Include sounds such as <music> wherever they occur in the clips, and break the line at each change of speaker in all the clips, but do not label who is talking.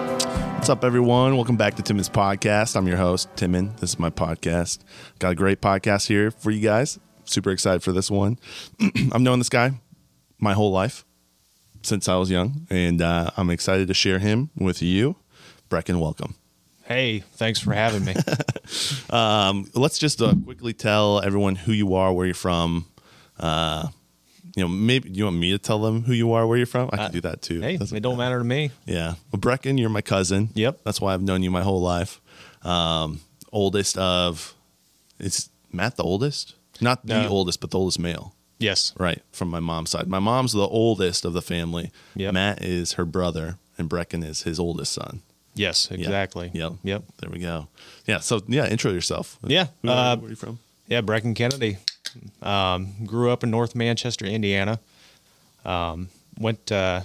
What's up, everyone? Welcome back to Timmons Podcast. I'm your host, Timon. This is my podcast. Got a great podcast here for you guys. Super excited for this one. <clears throat> I've known this guy my whole life since I was young, and uh, I'm excited to share him with you. Brecken, welcome.
Hey, thanks for having me.
Let's just uh, quickly tell everyone who you are, where you're from. Uh, you know, maybe you want me to tell them who you are, where you're from. I can do that too.
hey,
Doesn't-
it don't matter to me.
Yeah. Well, Brecken, you're my cousin.
Yep.
That's why I've known you my whole life. Um, oldest of, is Matt the oldest? Not the
No.
oldest, but the oldest male,
Yes.
right? From my mom's side. My mom's the oldest of the family.
Yep.
Matt is her brother, and Brecken is his oldest son.
Yes,
Yeah.
exactly.
Yep.
Yep.
There we go. Yeah. So, yeah, intro yourself.
Yeah,
Who are-
uh,
where are you from?
Yeah, Brecken Kennedy. Um, grew up in North Manchester, Indiana. Um, went to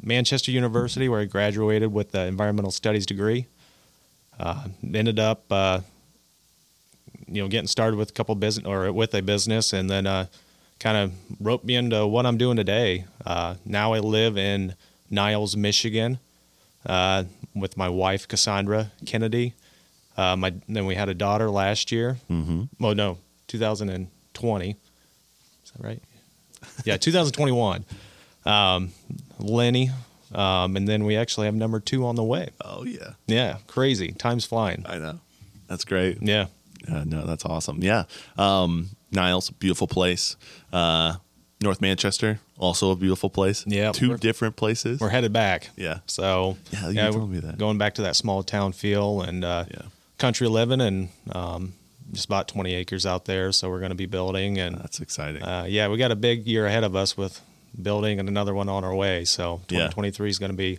Manchester University where I graduated with an environmental studies degree. Uh, ended up, uh, you know, getting started with a couple business or with a business, and then uh, kind of roped me into what I'm doing today. Uh, now I live in Niles, Michigan, uh, with my wife Cassandra Kennedy. Uh, my then we had a daughter last year. Mm-hmm. Oh no, 2020. Is that right? Yeah, 2021. Um, Lenny, um, and then we actually have number two on the way.
Oh, yeah.
Yeah, crazy. Time's flying.
I know. That's great.
Yeah,
Uh, no, that's awesome. Yeah. Um, Niles, beautiful place. Uh, North Manchester, also a beautiful place.
Yeah.
Two
We're-
different places.
we're headed back.
Yeah.
So
Yeah, you told me that.
Going back to that small town feel and uh,
Yeah.
country living, and um, just about 20 acres out there. So we're going to be building and
That's exciting.
uh, yeah, we got a big year ahead of us with building and another one on our way. So
Yeah.
2023 is going to be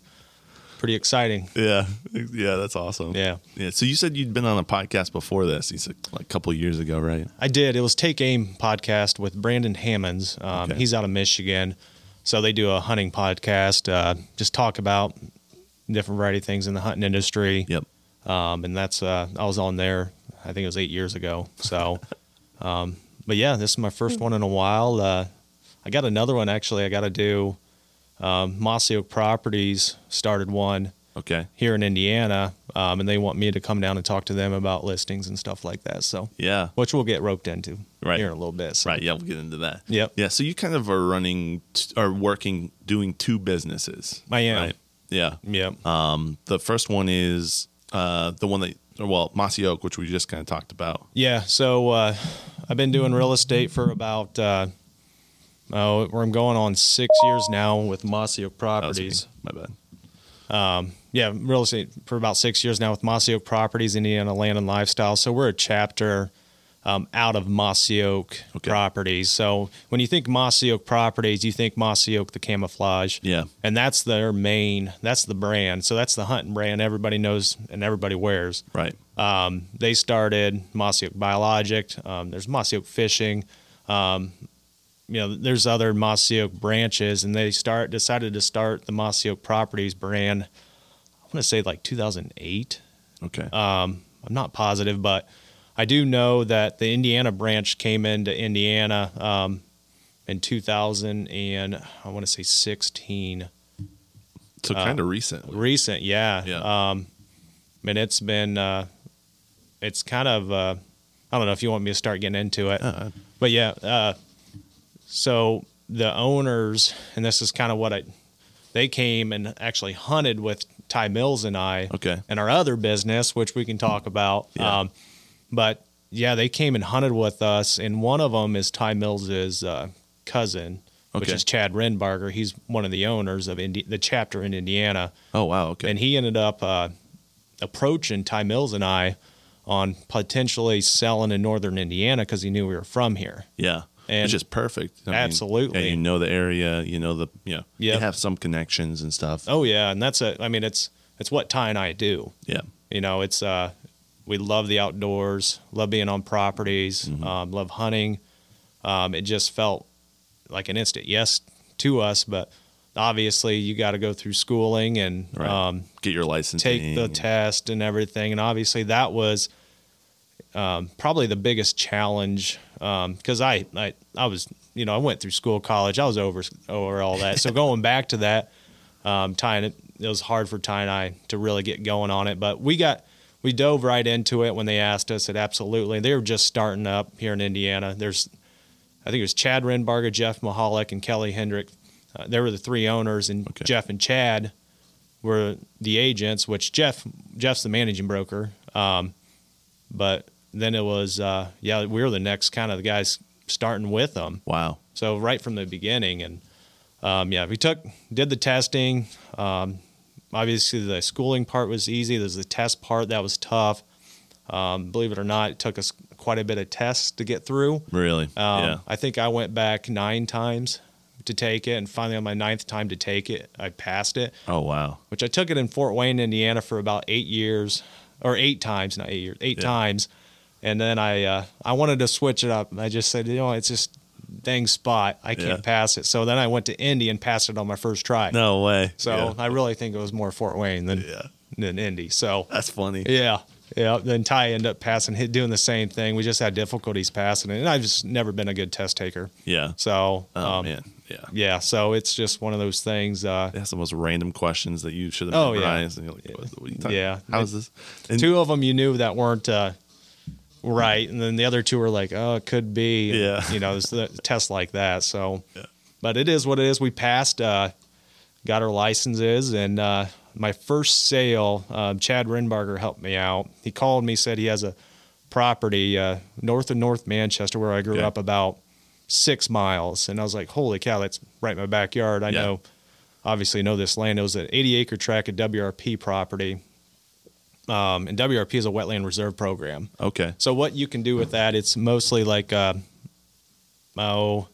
pretty exciting.
yeah. <laughs> Yeah, that's awesome.
Yeah.
Yeah. So you said you'd been on a podcast before this. You said like a couple years ago, right?
I did. It was Take Aim podcast with Brandon Hammonds. Um,
Okay.
He's out of Michigan. So they do a hunting podcast, uh, just talk about different variety of things in the hunting industry.
Yep.
Um, and that's, uh, I was on there, I think it was eight years ago.
<laughs>
So, um, but yeah, this is my first one in a while. Uh, I got another one actually. I got to do um, Mossy Oak Properties started one
Okay.
here in Indiana, um, and they want me to come down and talk to them about listings and stuff like that. So,
Yeah.
which we'll get roped into
Right.
here in a little bit. So.
Right. Yeah. We'll get into that.
Yep.
Yeah. So you kind of are running t- are working, doing two businesses.
I am.
Yeah.
Yep.
Um, the first one is uh, the one that, well, Mossy Oak, which we just kind of talked about.
Yeah. So uh, I've been doing real estate for about uh, oh, where I'm going on six years now with Mossy Oak
That was me.
Properties.
My bad.
yeah, real estate for about six years now with Mossy Oak Properties, Indiana Land and Lifestyle. So we're a chapter um, out of Mossy Oak
Okay.
Properties. So when you think Mossy Oak Properties, you think Mossy Oak the camouflage.
Yeah.
And that's their main, that's the brand. So that's the hunting brand everybody knows and everybody wears.
Right.
Um, they started Mossy Oak Biologic. Um, there's Mossy Oak Fishing. Um, you know, there's other Mossy Oak branches, and they start decided to start the Mossy Oak Properties brand. I want to say like 2008.
Okay.
Uh, I'm not positive, but I do know that the Indiana branch came into Indiana um, in 2000 and I want to say 16.
so
uh,
kind of recently.
Recent, yeah.
Yeah.
Um, and it's been, uh, it's kind of, uh, I don't know if you want me to start getting into it,
Uh,
but yeah. Uh, so the owners, and this is kind of what I, they came and actually hunted with Ty Mills and I,
Okay.
and our other business, which we can talk about.
Yeah.
Um, but yeah, they came and hunted with us, and one of them is Ty Mills's uh, cousin. Which
Okay.
is Chad Renbarger. He's one of the owners of Indi- the chapter in Indiana.
oh, wow. Okay.
And he ended up uh, approaching Ty Mills and I on potentially selling in northern Indiana because he knew we were from here.
yeah.
and-
Which is perfect. I mean,
Absolutely.
yeah, you know the area. You know the, yeah. You
Yep.
have some connections and stuff.
Oh yeah, and that's a. I mean, it's it's what Ty and I do.
Yeah.
You know, it's uh, we love the outdoors, love being on properties, um, love hunting. Um, it just felt like an instant yes to us, but obviously you got to go through schooling and
Right.
um,
Get your license.
take the test and everything. And obviously, that was um, probably the biggest challenge because I, I I was you know I went through school, college, I was over over all that. So going back to that, Um, Ty and it, it was hard for Ty and I to really get going on it, but we got we dove right into it when they asked us. It absolutely they were just starting up here in Indiana. There's I think it was Chad Renbarger, Jeff Mahalik, and Kelly Hendrick. Uh, they were the three owners, and
Okay.
Jeff and Chad were the agents. Which Jeff Jeff's the managing broker. Um, but then it was uh, yeah we were the next kind of the guys starting with them
Wow.
so right from the beginning and um, yeah we took did the testing um, obviously the schooling part was easy there's the test part that was tough um, believe it or not it took us quite a bit of tests to get through
Really?
um,
yeah.
I think I went back nine times to take it and finally on my ninth time to take it I passed it
Oh wow.
which I took it in Fort Wayne, Indiana for about eight years or eight times, not eight years, eight
Yeah.
times. And then I, uh, I wanted to switch it up. I just said, you know, it's just dang spot. I can't
Yeah.
pass it. So then I went to Indy and passed it on my first try.
No way.
So
yeah.
I really think it was more Fort Wayne than,
Yeah.
than Indy. So
that's funny.
yeah. Yeah. Then Ty ended up passing, hit- doing the same thing. We just had difficulties passing it. And I've just never been a good test taker.
Yeah.
So,
Oh
um,
man. Yeah.
yeah. So it's just one of those things. Uh,
That's the most random questions that you should have
Oh, yeah.
memorized. And you're like, what, what are you talking
Yeah.
How is this? And
two of them you knew that weren't uh, right, and then the other two were like, "Oh, it could be."
Yeah.
you know, it's the test like that. So,
Yeah.
but it is what it is. We passed, uh, got our licenses, and uh, my first sale, um, Chad Renbarger helped me out. He called me, said he has a property uh, north of North Manchester where I grew
Okay.
up, about six miles, and I was like, "Holy cow, that's right in my backyard." I
Yeah.
know. Obviously, know this land. It was an 80 acre tract of WRP property um, and WRP is a wetland reserve program.
okay.
So what you can do with that, it's mostly like, uh, oh,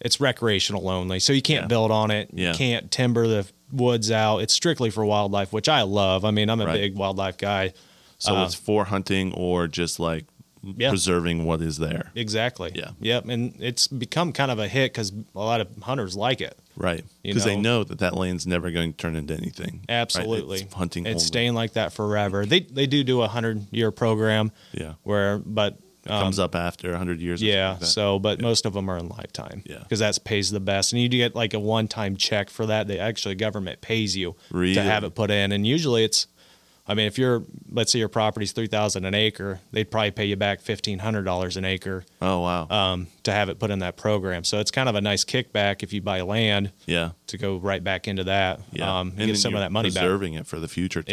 it's recreational only. So you can't
Yeah.
build on it.
Yeah.
You can't timber the woods out. It's strictly for wildlife, which I love. I mean, I'm a
Right.
big wildlife guy.
So
Uh,
it's for hunting or just like
Yeah.
preserving what is there.
Exactly.
Yeah.
Yep. And it's become kind of a hit because a lot of hunters like it.
Right.
You
Because they
know.
know that that land's never going to turn into anything. right?
Absolutely.
It's hunting.
It's
only.
staying like that forever. They they do do a hundred year program
Yeah.
where, but um,
Comes up after 100 years. or
Yeah.
something like that.
So, but most of them are in lifetime.
Yeah.
Because that pays the best, and you do get like a one-time check for that. They actually government pays you
Really?
to have it put in, and usually it's, I mean, if you're, let's say your property's three thousand an acre, they'd probably pay you back fifteen hundred dollars an acre
Oh wow.
um, to have it put in that program. So it's kind of a nice kickback if you buy land
yeah.
to go right back into that.
Yeah.
Um,
then
get some of
you're
that money back.
preserving it for the future too.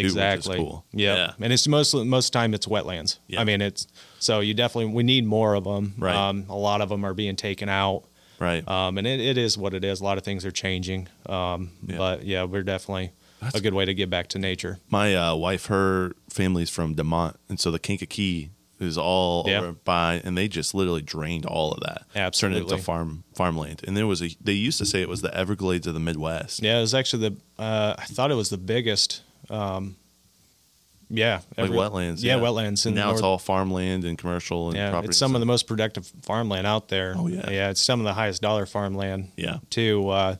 Which
Exactly.
is cool.
Yep.
Yeah.
And it's mostly most of the time it's wetlands.
Yeah.
I mean, it's so you definitely we need more of them.
Right.
Um, a lot of them are being taken out.
Right.
Um, and it, it is what it is. A lot of things are changing. Um,
Yeah.
but yeah, we're definitely a good way to get back to nature.
My uh, wife, her family's from Demont, and so the Kankakee is all
Yeah.
over by, and they just literally drained all of that, turned it
Absolutely.
into farm farmland. And there was a they used to say it was the Everglades of the Midwest.
Yeah, it was actually the uh, I thought it was the biggest. Um, yeah,
Like
every-
wetlands,
Yeah, wetlands.
And
in the
now it's
north-
all farmland and commercial and
Yeah,
property.
it's some of the most productive farmland out there.
Oh, yeah.
yeah, it's some of the highest dollar farmland.
Yeah.
too. Uh,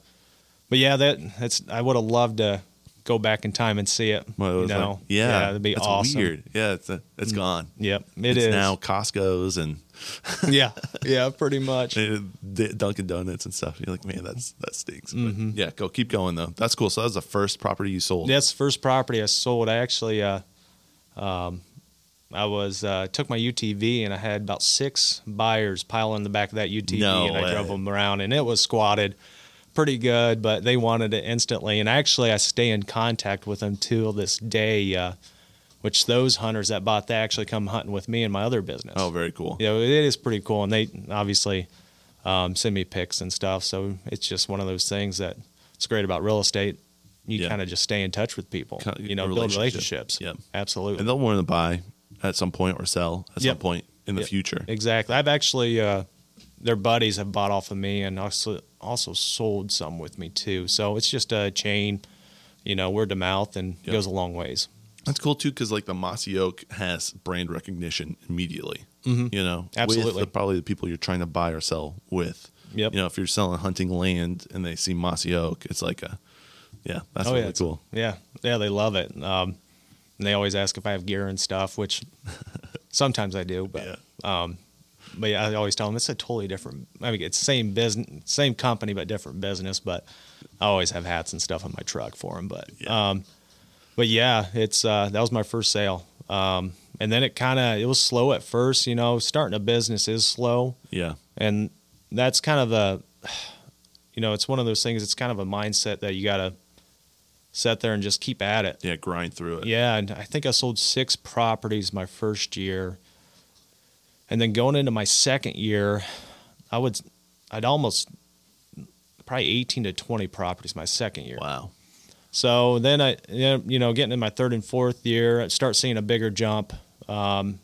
but yeah, that that's I would have loved to go back in time and see it.
Well, it
you
was
know,
like- yeah,
that'd be
that's
awesome. Mm.
Weird. Yeah, it's a, it's gone.
Yep,
It's
it's
now Costco's and
<laughs> yeah, yeah, pretty much.
uh, D- Dunkin' Donuts and stuff. You're like, man, that's that stinks. But
Mm-hmm.
yeah, go keep going though. That's cool. So that was the first property you sold.
That's the first property I sold. I actually, uh, um, I was uh, took my UTV and I had about six buyers pile in the back of that UTV
No
and I drove
way.
them around and it was squatted pretty good, but they wanted it instantly. And actually, I stay in contact with them till this day. Uh, which those hunters that bought that actually come hunting with me in my other business.
Oh, very cool.
you know, it is pretty cool. And they obviously um, send me pics and stuff. So it's just one of those things that it's great about real estate. You
Yeah.
kind of just stay in touch with people,
Kind of
you know, build
relationship.
relationships.
Yep.
Absolutely.
and they'll want to buy at some point or sell at some
Yep.
point in the
Yep.
future.
exactly. I've actually, uh, their buddies have bought off of me and also, also sold some with me too. So it's just a chain, you know, word to mouth and
Yep.
goes a long ways.
That's cool too, because like the Mossy Oak has brand recognition immediately. You know, with
Mm-hmm. Absolutely.
the- probably the people you're trying to buy or sell with.
Yep.
You know, if you're selling hunting land and they see Mossy Oak, it's like a, yeah, that's
oh
really
yeah, it's-
cool.
Yeah, yeah, they love it. Um, and they always ask if I have gear and
<laughs>
stuff, which sometimes I do, but um, but yeah, I always tell them it's a totally different. I mean, it's same business, same company, but different business. But I always have hats and stuff in my truck for them. But um, but yeah, it's uh, that was my first sale. Um, and then it kind of it was slow at first. You know, starting a business is slow,
Yeah.
and that's kind of a you know it's one of those things. It's kind of a mindset that you gotta sit there and just keep at it.
Yeah. Grind through it.
Yeah, and I think I sold six properties my first year. And then going into my second year, I would I'd almost probably 18 to 20 properties my second year.
Wow.
So then I you know, getting in my third and fourth year, I start seeing a bigger jump. Um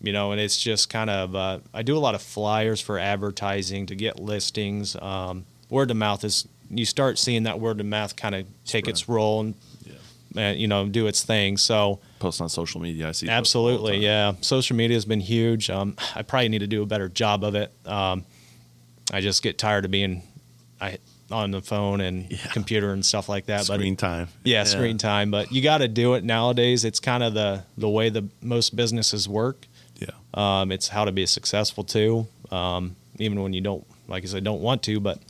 you know, and it's just kind of uh, I do a lot of flyers for advertising to get listings. Um, word of mouth is you start seeing that word of mouth kind of take
Spread.
its role and
Yeah.
and you know do its thing. So
Post on social media. I see. those all the
absolutely,
time.
yeah. Social media has been huge. Um, I probably need to do a better job of it. Um, I just get tired of being I on the phone and
Yeah.
computer and stuff like that.
Screen time.
but yeah, screen time. But you got to do it nowadays. It's kind of the the way the most businesses work.
Yeah.
Um, it's how to be successful too, um, even when you don't, like I said, don't want to, but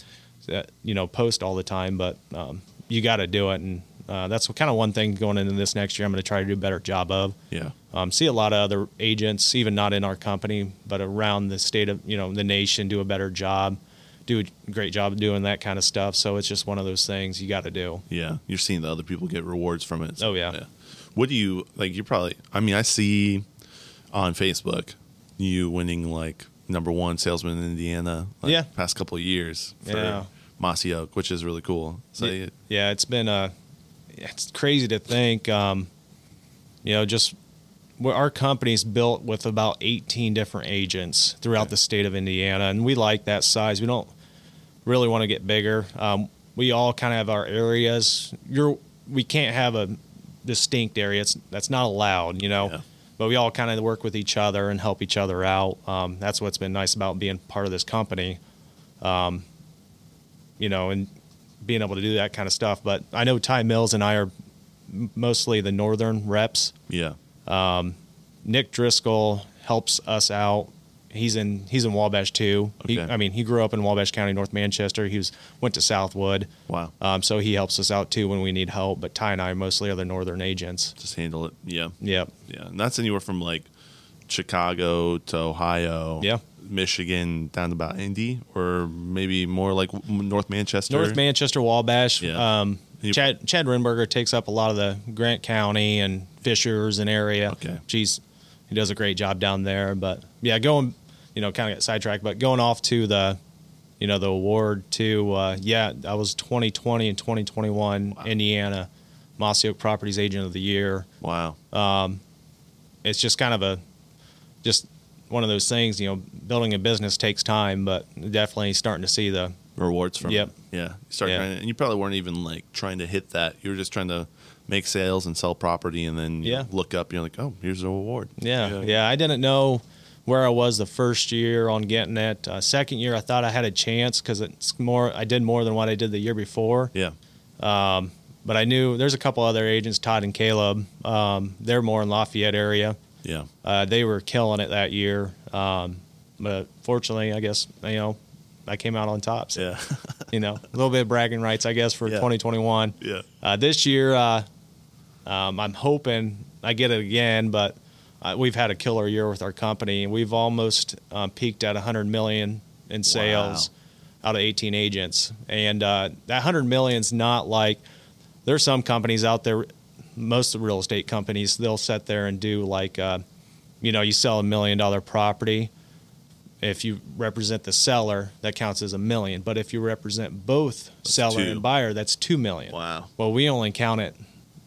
uh, you know, post all the time. But um, you got to do it, and uh, that's kind of one thing going into this next year. I'm going to try to do a better job of.
Yeah.
Um, see a lot of other agents, even not in our company, but around the state of you know the nation, do a better job, do a great job of doing that kind of stuff. So it's just one of those things you got to do.
Yeah, you're seeing the other people get rewards from it.
Oh, yeah.
What do you like? You probably. I mean, I see on Facebook you winning like number one salesman in Indiana. Like,
Yeah.
Past couple of years for
Yeah.
Mossy Oak, which is really cool. So
yeah,
it-
yeah, it's been uh it's crazy to think um you know just where our company's built with about 18 different agents throughout the state of Indiana and we like that size we don't really want to get bigger um, we all kind of have our areas you're we can't have a distinct area it's that's not allowed you know
Yeah.
but we all kind of work with each other and help each other out um, that's what's been nice about being part of this company Um, you know, and being able to do that kind of stuff. But I know Ty Mills and I are m- mostly the northern reps.
yeah,
Nick Driscoll helps us out. He's in he's in Wabash too. He,
Okay.
I mean, he grew up in Wabash County, North Manchester. He was went to Southwood.
Wow.
Um, so he helps us out too when we need help. But Ty and I are mostly other northern agents.
just handle it. Yeah,
Yep.
yeah, and that's anywhere from like Chicago to Ohio.
Yeah.
Michigan down to about Indy, or maybe more like w- North Manchester.
North Manchester, Wabash.
Yeah.
Um,
You-
Chad Chad Renberger takes up a lot of the Grant County and Fishers and area.
Okay.
Jeez, he does a great job down there. But yeah, going, you know, kind of got sidetracked, but going off to the, you know, the award to uh, yeah, I was 2020 and 2021 Indiana Mossy Oak Properties Agent of the Year
Wow.
it's just kind of a just one of those things you know building a business takes time but definitely starting to see the
rewards from
Yep.
it. Yeah. You start
Yeah.
trying to- and you probably weren't even like trying to hit that. You were just trying to make sales and sell property and then you
Yeah.
look up and you're like, Oh, here's a reward.
yeah, yeah i didn't know where i was the first year on getting it uh, second year i thought i had a chance because it's more i did more than what i did the year before
Yeah.
but i knew there's a couple other agents todd and caleb um, they're more in lafayette area
Yeah.
uh, they were killing it that year um, but fortunately i guess you know i came out on top so
Yeah.
you know, a little bit of bragging rights, I guess, for
Yeah.
2021.
<laughs> Yeah.
Uh, this year, uh, um, I'm hoping I get it again, but uh, we've had a killer year with our company. We've almost um, peaked at 100 million in sales out of 18 agents, and uh, that 100 million's not like there's some companies out there. Most of the real estate companies, they'll sit there and do like, uh, you know, you sell a million dollar property if you represent the seller, that counts as a million. But if you represent both seller
two.
and buyer, that's two million.
Wow.
Well, we only count it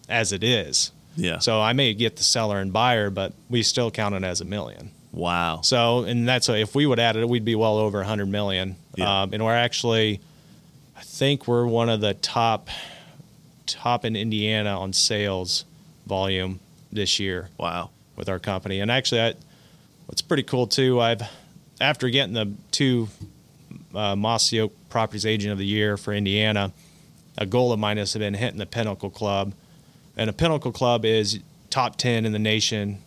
as it is.
Yeah.
So I may get the seller and buyer, but we still count it as a million.
wow.
So, and that's if we would add it, we'd be well over 100 million.
Yeah.
Um, and we're actually, I think we're one of the top, top in Indiana on sales volume this year
Wow.
with our company. And actually, I, what's pretty cool too, I've after getting the two uh, Mossy Oak Properties Agent of the Year for Indiana, a goal of mine has been hitting the Pinnacle Club, and a Pinnacle Club is top ten in the nation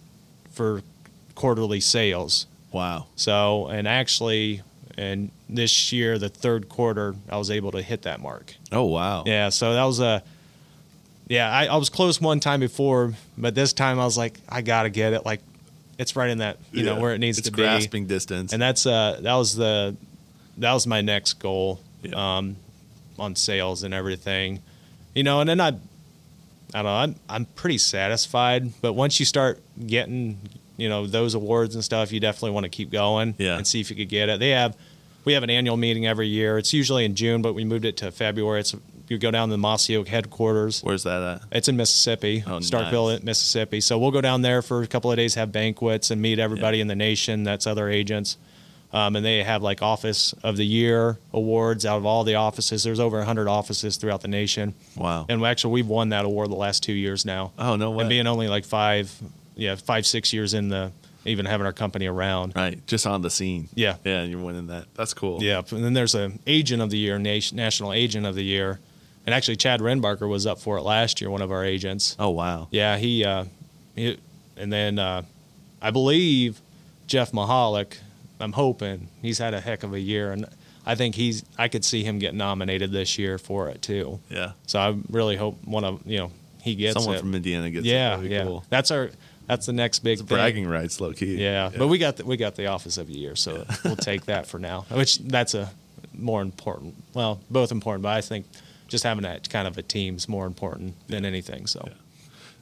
for quarterly sales.
Wow.
So, and actually, and this year, the third quarter, I was able to hit that mark.
Oh wow.
Yeah, so that was a. Yeah, I, I was close one time before, but this time I was like, I gotta get it. Like, it's right in that you know
Yeah.
where it needs
it's
to be.
grasping distance.
And that's uh that was the that was my next goal
Yeah.
um on sales and everything. You know, and then I I don't know, I'm I'm pretty satisfied, but once you start getting, you know, those awards and stuff, you definitely want to keep going
Yeah.
and see if you could get it. They have we have an annual meeting every year. It's usually in June, but we moved it to February. It's you go down to the Mossy Oak headquarters.
Where's that at?
It's in Mississippi,
Oh,
Starkville, Mississippi. So we'll go down there for a couple of days, have banquets, and meet everybody in the nation that's other agents. Um, and they have like Office of the Year awards out of all the offices. There's over 100 offices throughout the nation.
Wow.
And actually, we've won that award the last two years now.
oh no way.
and being only like five, yeah, five, six years in the, even having our company around.
right, just on the scene.
Yeah.
Yeah, and you're winning that. That's cool.
Yeah, and then there's a agent of the year, nation, national agent of the year, and actually Chad Renbarker was up for it last year, one of our agents.
Oh wow.
Yeah, he, uh, he and then uh, I believe Jeff Mahalik. I'm hoping he's had a heck of a year, and I think he's. I could see him get nominated this year for it too.
Yeah.
So I really hope one of you know he gets
Someone
it.
from Indiana gets it.
yeah,
That'd be
yeah.
cool.
That's our. That's the next big thing.
Bragging rights, low key.
Yeah, but we got the, we got the office of the year, so we'll take that for now. Which that's a more important. Well, both important, but I think just having that kind of a team's more important than anything. So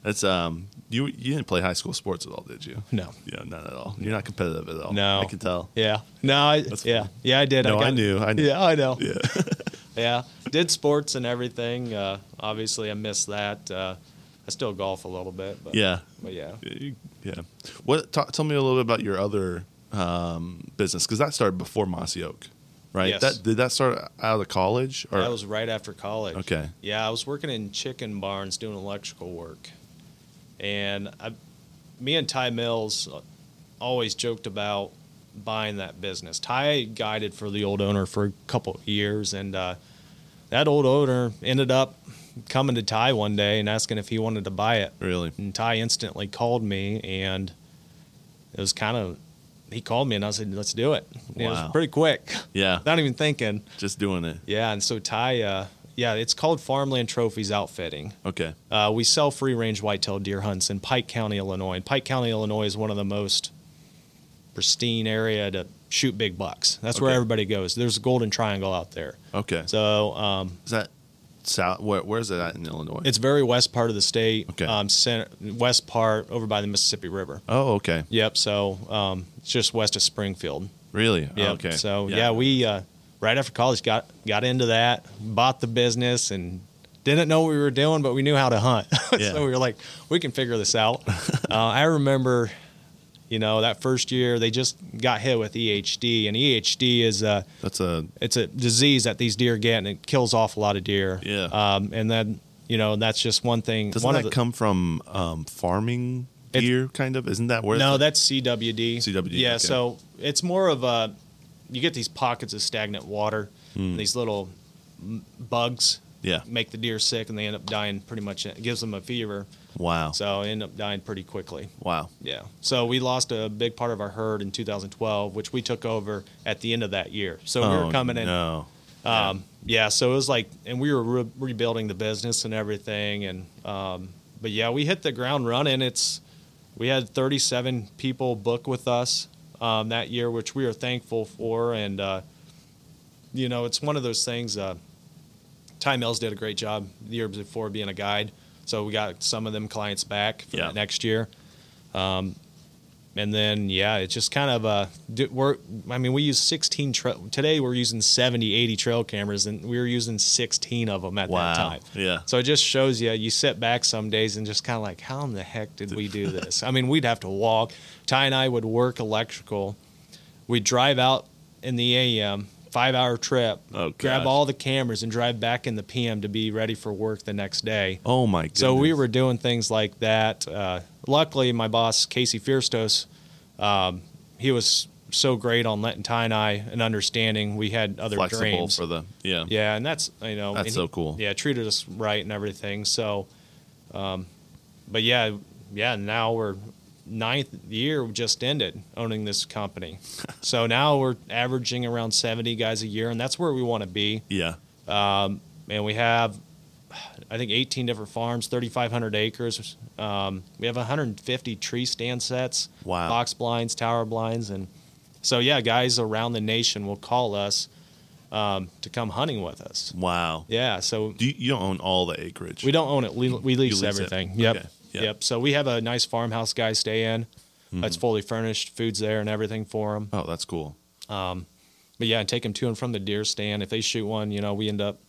that's um. You you didn't play high school sports at all, did you?
no,
Yeah, not at all. You're not competitive at all.
No.
I can tell.
yeah, no, I,
funny.
yeah, yeah, I did.
No,
got-
I knew. I knew.
Yeah, I know.
Yeah. <laughs>
Yeah, did sports and everything. Uh, obviously, I missed that. Uh, I still golf a little bit, but
Yeah.
but yeah.
You- Yeah. What? ta tell me a little bit about your other um, business because that started before Mossy Oak, right?
Yes.
That did that start out of college or
That was right after college.
Okay.
Yeah, I was working in chicken barns doing electrical work, and I, me and Ty Mills uh, always joked about buying that business. Ty guided for the old owner for a couple of years, and uh, that old owner ended up coming to Ty one day and asking if he wanted to buy it.
really?
And Ty instantly called me, and it was kind of he called me, and I said, "Let's do it." And It
Wow.
was pretty quick, <laughs>
Yeah.
not even thinking.
Just doing it.
Yeah, and so Ty, uh, yeah, it's called Farmland Trophies Outfitting.
Okay.
Uh, we sell free range whitetail deer hunts in Pike County, Illinois. And Pike County, Illinois is one of the most pristine area to shoot big bucks. That's where
Okay.
everybody goes. There's a golden triangle out there.
Okay.
So um,
Is that south? Where, where's it at in Illinois?
it's very west part of the state.
Okay.
Um, center, west part over by the Mississippi River.
oh, okay.
Yep. So um, it's just west of Springfield.
Really? Oh,
Yeah.
Okay.
So yeah, we uh, right after college got got into that, bought the business, and didn't know what we were doing, but we knew how to hunt. <laughs>
Yeah.
so we were like, we can figure this
<laughs>
out. uh, I remember, you know, that first year they just got hit with EHD, and EHD is uh,
That's a
it's a disease that these deer get, and it kills off a lot of deer.
Yeah.
Um, and then you know that's just one thing.
doesn't
one
that
of the,
come from um, farming
It's-
gear? Kind of. Isn't that where?
No,
it's-
that's CWD.
CWD,
Yeah,
okay.
so it's more of a you get these pockets of stagnant water,
Hmm.
these little m- bugs
Yeah.
make the deer sick, and they end up dying pretty much. It gives them a fever,
Wow.
so they end up dying pretty quickly.
wow.
Yeah. So we lost a big part of our herd in 2012, which we took over at the end of that year. So we
Oh,
were coming in.
No.
Um, yeah. So it was like, and we were re- rebuilding the business and everything. And, um, but yeah, we hit the ground running. It's, we had 37 people book with us um, that year, which we are thankful for. And, uh, you know, it's one of those things. Uh, Ty Mills did a great job the year before being a guide. So we got some of them clients back for
Yeah.
that next year. Um, and then, yeah, it's just kind of uh, di- we're, I mean, we use 16 tra- today. We're using 70, 80 trail cameras, and we were using 16 of them at
Wow.
that time.
Yeah.
So it just shows you, you sit back some days and just kind of like, how in the heck did we do this? I mean, we'd have to walk. Ty and I would work electrical. We'd drive out in the AM, five hour trip,
Oh,
grab
gosh.
all the cameras and drive back in the PM to be ready for work the next day.
Oh my. Goodness.
So we were doing things like that. Uh, luckily, my boss Casey Fierstos, um, he was so great on letting Ty and I and understanding we had other
flexible
dreams.
for the yeah.
Yeah, and that's you know
That's
and
so cool.
Yeah, treated us right and everything. So, um, but yeah, yeah. Now we're ninth year just ended owning this
<laughs>
company. so now we're averaging around 70 guys a year, and that's where we want to be.
Yeah.
Um, and we have, I think, 18 different farms, 3,500 acres. Um, we have 150 tree stand sets,
Wow.
box blinds, tower blinds. And so, yeah, guys around the nation will call us um, to come hunting with us.
Wow.
Yeah. So
Do you, you don't own all the acreage?
we don't own it. We, we
lease
lease,
it.
everything. Yep.
Okay. Yeah. Hmm.
yep. So we have a nice farmhouse guys stay in. That's fully furnished. Food's there and everything for them.
Oh, that's cool.
But yeah, and take them to and from the deer stand. If they shoot one, you know, we end up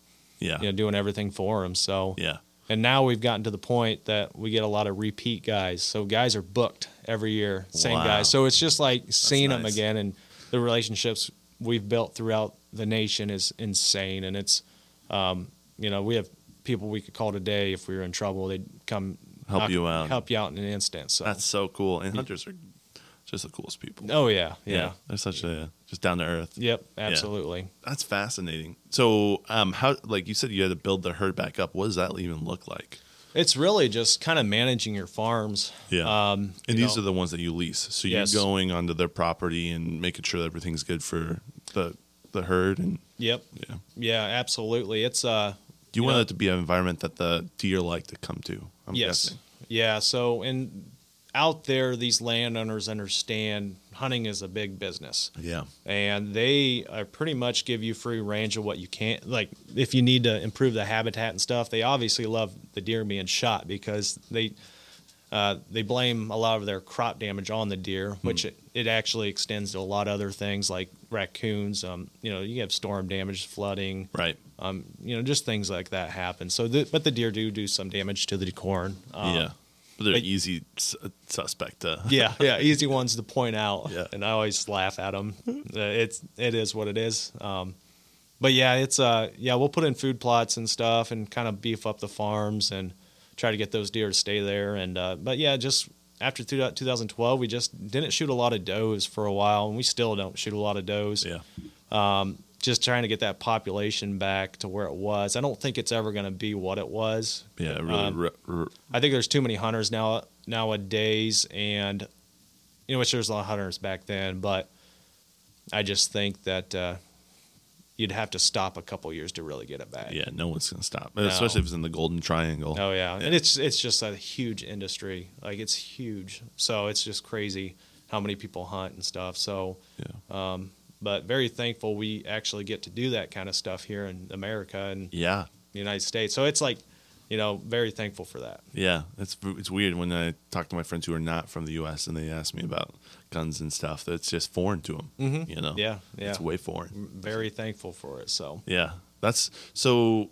Yeah.
you know doing everything for them. So
Yeah.
And now we've gotten to the point that we get a lot of repeat guys. So guys are booked every year, same
Wow.
guys. So it's just like seeing them
nice.
again, and the relationships we've built throughout the nation is insane. And it's, um, you know, we have people we could call today if we were in trouble. They'd come
Help you out.
help you out in an instant. So
That's so cool. And hunters are just the coolest people.
oh yeah, yeah,
They're such a just down to earth.
yep, absolutely.
That's fascinating. So, um, how like you said, you had to build the herd back up. What does that even look like?
It's really just kind of managing your farms.
Yeah.
Um,
and
you
these
know,
are the ones that you lease. So you're
Yes.
going onto their property and making sure that everything's good for the the herd. And
yep,
yeah,
yeah, absolutely. It's uh,
do you
Yeah.
want it to be an environment that the deer like to come to? I'm
yes.
guessing.
Yeah. So, and out there, these landowners understand hunting is a big business
Yeah.
and they are pretty much give you free range of what you can't like if you need to improve the habitat and stuff they obviously love the deer being shot because they uh, they blame a lot of their crop damage on the deer which it, it actually extends to a lot of other things like raccoons um, you know you have storm damage flooding
Right.
um, you know just things like that happen so the, but the deer do do some damage to the corn um,
yeah. But they're
but-
easy su- suspect. To,
<laughs> yeah, yeah, easy ones to point out,
Yeah.
and I always laugh at them. It's it is what it is. Um, but yeah, it's uh, yeah, we'll put in food plots and stuff, and kind of beef up the farms and try to get those deer to stay there. And uh, but yeah, just after two- 2012, we just didn't shoot a lot of does for a while, and we still don't shoot a lot of does.
Yeah.
Just trying to get that population back to where it was. I don't think it's ever going to be what it was.
Yeah. Really.
Um,
re- re-
I think there's too many hunters now nowadays, and you know, which there's a lot of hunters back then, but I just think that uh, you'd have to stop a couple years to really get it back.
yeah. No one's gonna stop, especially if it's in the Golden Triangle.
Oh yeah, and it's it's just a huge industry. Like it's huge, so it's just crazy how many people hunt and stuff. So,
Yeah.
Uh, but very thankful we actually get to do that kind of stuff here in America and
Yeah.
the United States. So it's like, you know, very thankful for that.
Yeah, it's it's weird when I talk to my friends who are not from the U.S. and they ask me about guns and stuff. That's just foreign to them. You know.
Mm-hmm. Yeah, yeah.
It's way foreign.
Very thankful for it. So
Yeah, that's so.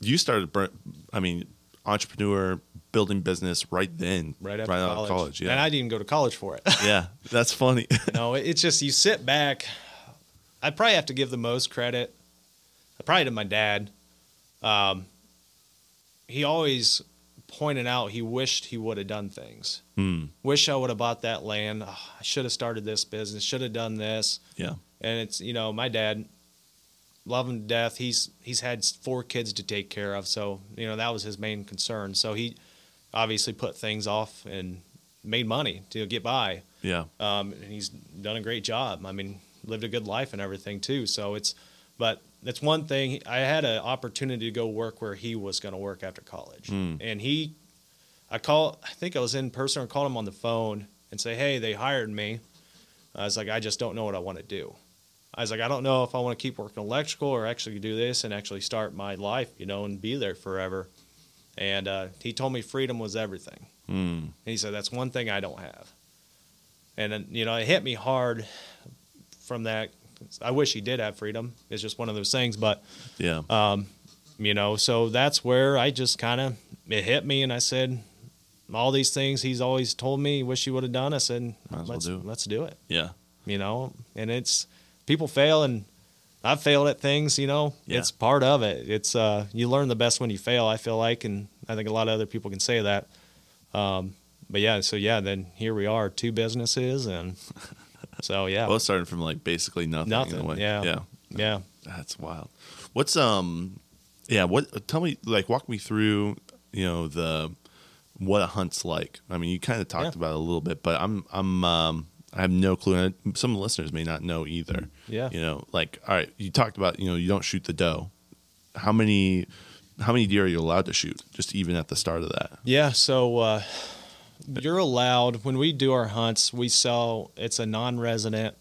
You started, bur- I mean, entrepreneur building business right then,
right after
out
college.
of college. Yeah,
And I didn't even go to college for it. <laughs>
yeah, that's funny. <laughs>
no, it- it's just you sit back. I probably have to give the most credit, probably to my dad. Um, he always pointed out he wished he would have done things.
Hmm.
Wish I would have bought that land. Ah, I should have started this business. Should have done this.
Yeah,
And it's you know my dad, love him to death. He's he's had four kids to take care of, so you know that was his main concern. So he obviously put things off and made money to get by
yeah,
um, and he's done a great job. I mean, lived a good life and everything too. So it's, but that's one thing. I had an opportunity to go work where he was going to work after college, and he, I call, I think I was in person or called him on the phone and say, hey, they hired me. I was like, I just don't know what I want to do. I was like, I don't know if I want to keep working electrical or actually do this and actually start my life, you know, and be there forever. And uh, he told me freedom was everything.
mm,
And he said, That's one thing I don't have. And then, you know, it hit me hard from that. I wish he did have freedom. It's just one of those things. But,
yeah,
Uh, you know, so that's where I just kind of, it hit me. And I said, All these things he's always told me, wish he would have done. I said,
Might as well
let's,
do it."
let's do it,
yeah,
you know? And it's, people fail and I've failed at things, you know,
Yeah.
it's part of it. It's, uh, you learn the best when you fail, I feel like. And I think a lot of other people can say that Um, but yeah, so yeah, then here we are, two businesses,
<laughs>
and so yeah,
both started from like basically nothing. In a
nothing.
way.
Yeah,
yeah.
yeah.
That's wild. What's um yeah, what tell me like walk me through, you know, the what a hunt's like. I mean, you kind of talked
Yeah.
about it a little bit, but I'm I'm um, I have no clue. And I- some listeners may not know either.
Yeah.
You know, like all right, you talked about you know you don't shoot the doe. How many how many deer are you allowed to shoot? Just even at the start of that.
Yeah, so uh, you're allowed when we do our hunts. We sell it's a non-resident,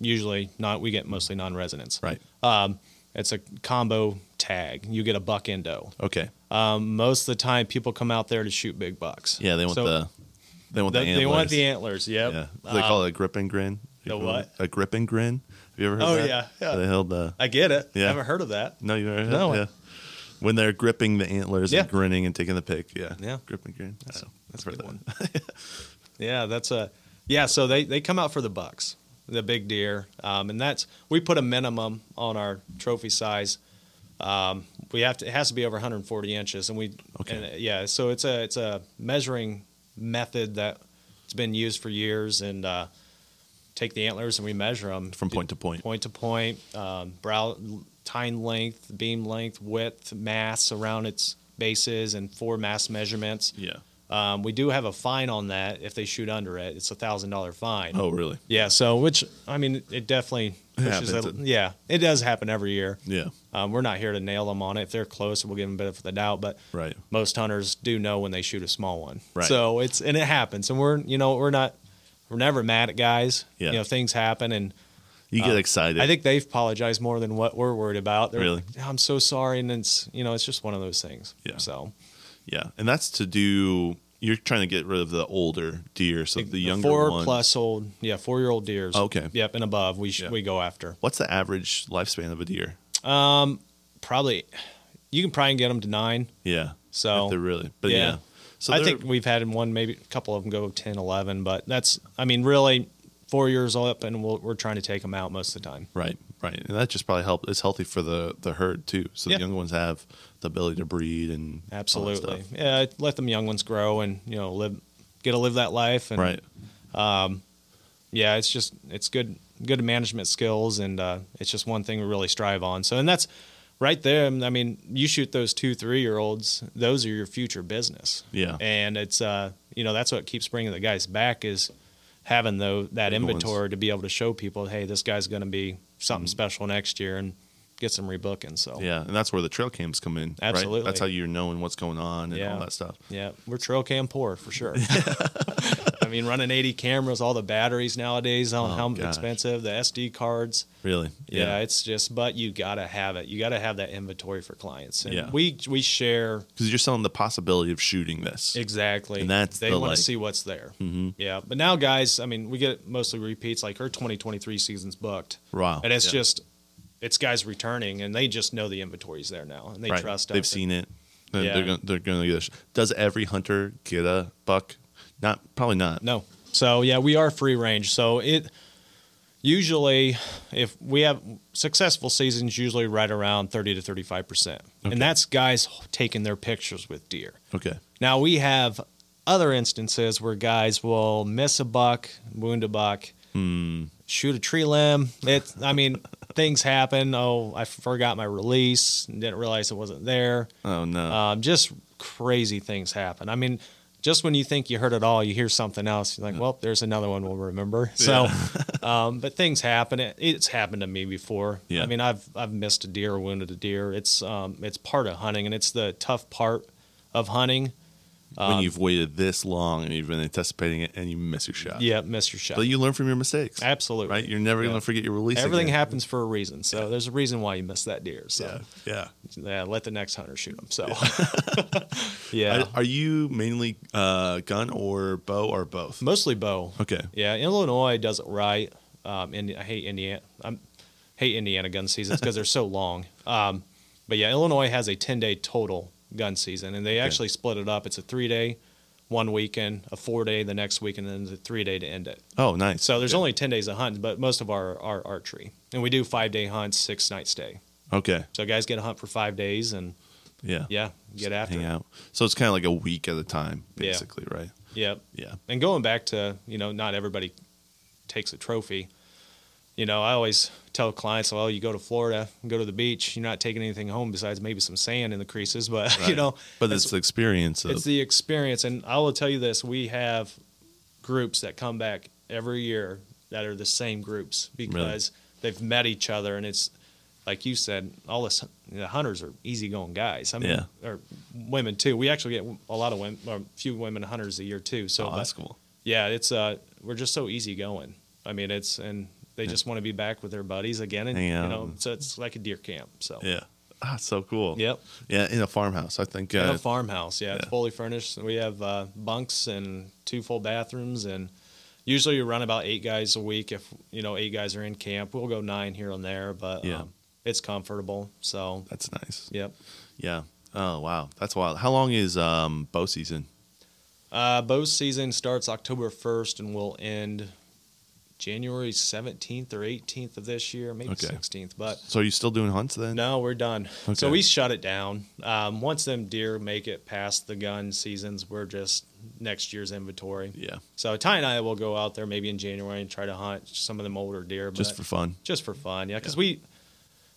usually not. We get mostly non-residents.
Right.
Um, it's a combo tag. You get a buck and doe.
Okay.
Um, most of the time, people come out there to shoot big bucks.
Yeah, they want
So
the they want the,
they,
antlers.
they want the antlers. Yep.
Yeah. They
Um,
call it a grip and grin.
the what?
A grip and grin. Have you ever heard
Oh,
that?
yeah, yeah.
They held the
I get it.
Yeah.
I haven't heard of that.
No, you ever heard
No, I-
yeah. When they're gripping the antlers
Yeah.
and grinning and taking the pic. Yeah.
Yeah.
Grip and grin. Uh, That's,
that's
for
a good one. Yeah, that's a yeah. So they they come out for the bucks, the big deer, um, and that's we put a minimum on our trophy size. Um, we have to it has to be over 140 inches, and we
Okay.
and, uh, yeah. So it's a it's a measuring method that it's been used for years, and uh, take the antlers and we measure them
<laughs> From point to point.
point to point, um, brow, tine length, beam length, width, mass around its bases, and four mass measurements.
Yeah.
Um, we do have a fine on that if they shoot under it. It's a thousand dollar fine.
Oh, really?
Yeah. So which I mean, it definitely pushes.
happens.
It yeah, it does happen every year.
Yeah.
Um, we're not here to nail them on it. If they're close, we'll give them a benefit of the doubt. But
Right.
most hunters do know when they shoot a small one.
Right.
So it's and it happens, and we're you know we're not we're never mad at guys.
Yeah.
You know things happen, and
You get excited.
Uh, I think they've apologized more than what we're worried about. They're
Really?
like, I'm so sorry, and it's you know it's just one of those things.
Yeah.
So
Yeah. And that's to do you're trying to get rid of the older deer. So the younger
four
one-
plus old, yeah, four year old deers.
Okay.
Yep, and above we sh-
Yeah.
we go after.
What's the average lifespan of a deer?
Probably you can probably get them to nine.
Yeah.
So-
If they're really but yeah.
Yeah.
So
I
they're-
think we've had one, maybe a couple of them go 10, 11, but that's I mean really four years up, and we'll, we're trying to take them out most of the time.
Right, right, and that just probably helped. It's healthy for the the herd too, so
Yeah.
the young ones have the ability to breed and all that
Absolutely.
stuff.
Yeah, let them young ones grow and you know live, get to live that life. And
right.
yeah, it's just it's good good management skills, and uh, it's just one thing we really strive on. So, and that's right there. I mean, you shoot those two three year olds; those are your future business.
Yeah.
and it's uh, you know that's what keeps bringing the guys back is having though that
Good ones.
inventory to be able to show people, hey, this guy's going to be something special next year, and get some rebooking. So
Mm-hmm. Yeah, and that's where the trail cams come in. right?
Absolutely.
that's how you're knowing what's going on and
Yeah.
all that stuff.
Yeah, we're trail cam poor for
<laughs>
sure. I mean, running 80 cameras, all the batteries nowadays, on how
Oh, gosh.
expensive the SD cards.
Really?
Yeah. it's just but you gotta have it. You gotta have that inventory for clients. And
Yeah.
we we share
because you're selling the possibility of shooting this.
exactly.
And that's
they
the,
want
like-
to see what's there. Mm-hmm. Yeah, but now guys, I mean, we get mostly repeats. Like her 2023 season's booked,
wow.
and it's
Yeah.
just it's guys returning, and they just know the inventory's there now, and they
Right.
trust us.
They've seen it. They're,
Yeah.
they're gonna, they're gonna get. A sh- Does every hunter get a buck? Not probably not.
No. So yeah, we are free range. So it usually if we have successful seasons usually right around 30 to 35%.
Okay.
And that's guys taking their pictures with deer.
Okay.
Now we have other instances where guys will miss a buck, wound a buck, shoot a tree limb. It, I mean, things happen. Oh, I forgot my release and didn't realize it wasn't there.
Oh no.
Um, just crazy things happen. I mean, just when you think you heard it all, you hear something else. You're like, well, there's another one we'll remember. So, um, but things happen. It, it's happened to me before.
Yeah.
I mean, I've I've missed a deer, or wounded a deer. It's um, it's part of hunting, and it's the tough part of hunting.
when
uh,
you've waited this long and you've been anticipating it and you miss your shot.
Yeah, miss your shot.
But you learn from your mistakes.
Absolutely.
Right. You're never
Yeah.
gonna forget your release.
Everything
again.
happens for a reason. So there's a reason why you missed that deer. So
Yeah. Yeah.
yeah, let the next hunter shoot him. So <laughs> yeah,
Are, are you mainly uh, gun or bow or both?
mostly bow.
Okay.
Yeah, Illinois does it right. Um, and I hate Indiana. I hate Indiana gun seasons because they're so long. Um, but yeah, Illinois has a ten day total gun season, and they actually split it up. It's a three day, one weekend, a four day the next weekend, and then a three day to end it.
Oh, nice.
So there's
Okay.
only ten days of hunts, but most of our are archery, and we do five day hunts, six night stay.
okay.
So guys get a hunt for five days, and
Yeah.
yeah, get after.
Hang
it.
out. So it's kind of like a week at a time,
Yeah.
basically, right?
Yep.
Yeah.
And going back to, you know, not everybody takes a trophy. you know, I always tell clients, well, you go to Florida, go to the beach, you're not taking anything home besides maybe some sand in the creases, but <laughs> you
Right.
know,
But
that's-
it's the experience of
it's the experience. And I will tell you this: we have groups that come back every year that are the same groups because they've met each other, and it's like you said, all this the hunters are easygoing guys. I mean,
Yeah.
or women too. We actually get a lot of women, or a few women hunters a year too. So
oh,
but-
that's cool.
yeah, it's uh, we're just so easygoing. I mean, it's and they
Yeah.
just want to be back with their buddies again, and
Hang
you
out
know,
and-
so it's like a deer camp. So
Yeah. Ah, it's so cool.
yep.
Yeah, in a farmhouse. I think
In
uh,
a farmhouse. Yeah, it's
yeah.
fully furnished. We have uh, bunks and two full bathrooms, and usually we run about eight guys a week. If you know eight guys are in camp, we'll go nine here and there, but
Yeah.
um, it's comfortable. So
that's nice.
yep.
Yeah. Oh wow, that's wild. How long is um bow season?
Uh, bow season starts October first and will end January seventeenth or eighteenth of this year, maybe
Okay.
sixteenth. But
So are you still doing hunts then?
No, we're done.
Okay.
So we shut it down. Um, once them deer make it past the gun seasons, we're just next year's inventory.
Yeah,
So Ty and I will go out there maybe in January and try to hunt some of them older deer, but
just for fun.
just for fun, yeah, because we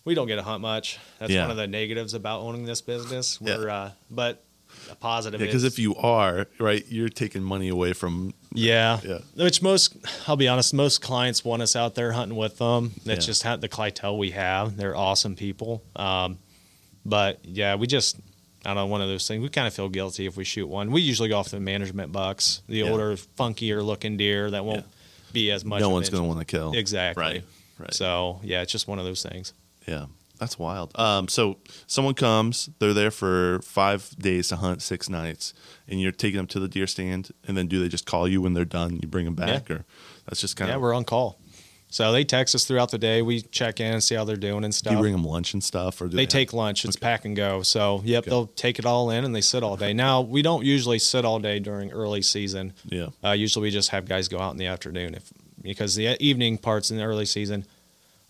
we don't get to hunt much. That's
Yeah.
one of the negatives about owning this business.
Yeah.
We're uh, but a positive.
Yeah, because
is-
if you are right, you're taking money away from.
yeah.
Yeah.
Which most, I'll be honest, most clients want us out there hunting with them. That's
Yeah.
just how the clientele we have. They're awesome people. Um, but yeah, we just, I don't know, one of those things. We kind of feel guilty if we shoot one. We usually go off the management bucks, the
Yeah.
older, funkier looking deer that won't be as much.
no
of
one's
an-
going to want to kill.
Exactly.
Right. Right.
So yeah, it's just one of those things.
Yeah, that's wild. Um, so someone comes, they're there for five days to hunt, six nights, and you're taking them to the deer stand, and then do they just call you when they're done? You bring them back, or that's just kind
Yeah,
of.
we're on call. So they text us throughout the day. We check in and see how they're doing and
do
stuff.
you bring them lunch and stuff, or do
they take lunch. It's pack and go. So yep,
Okay.
they'll take it all in and they sit all day. Now we don't usually sit all day during early season.
Yeah.
Uh, usually we just have guys go out in the afternoon if because the evening parts in the early season.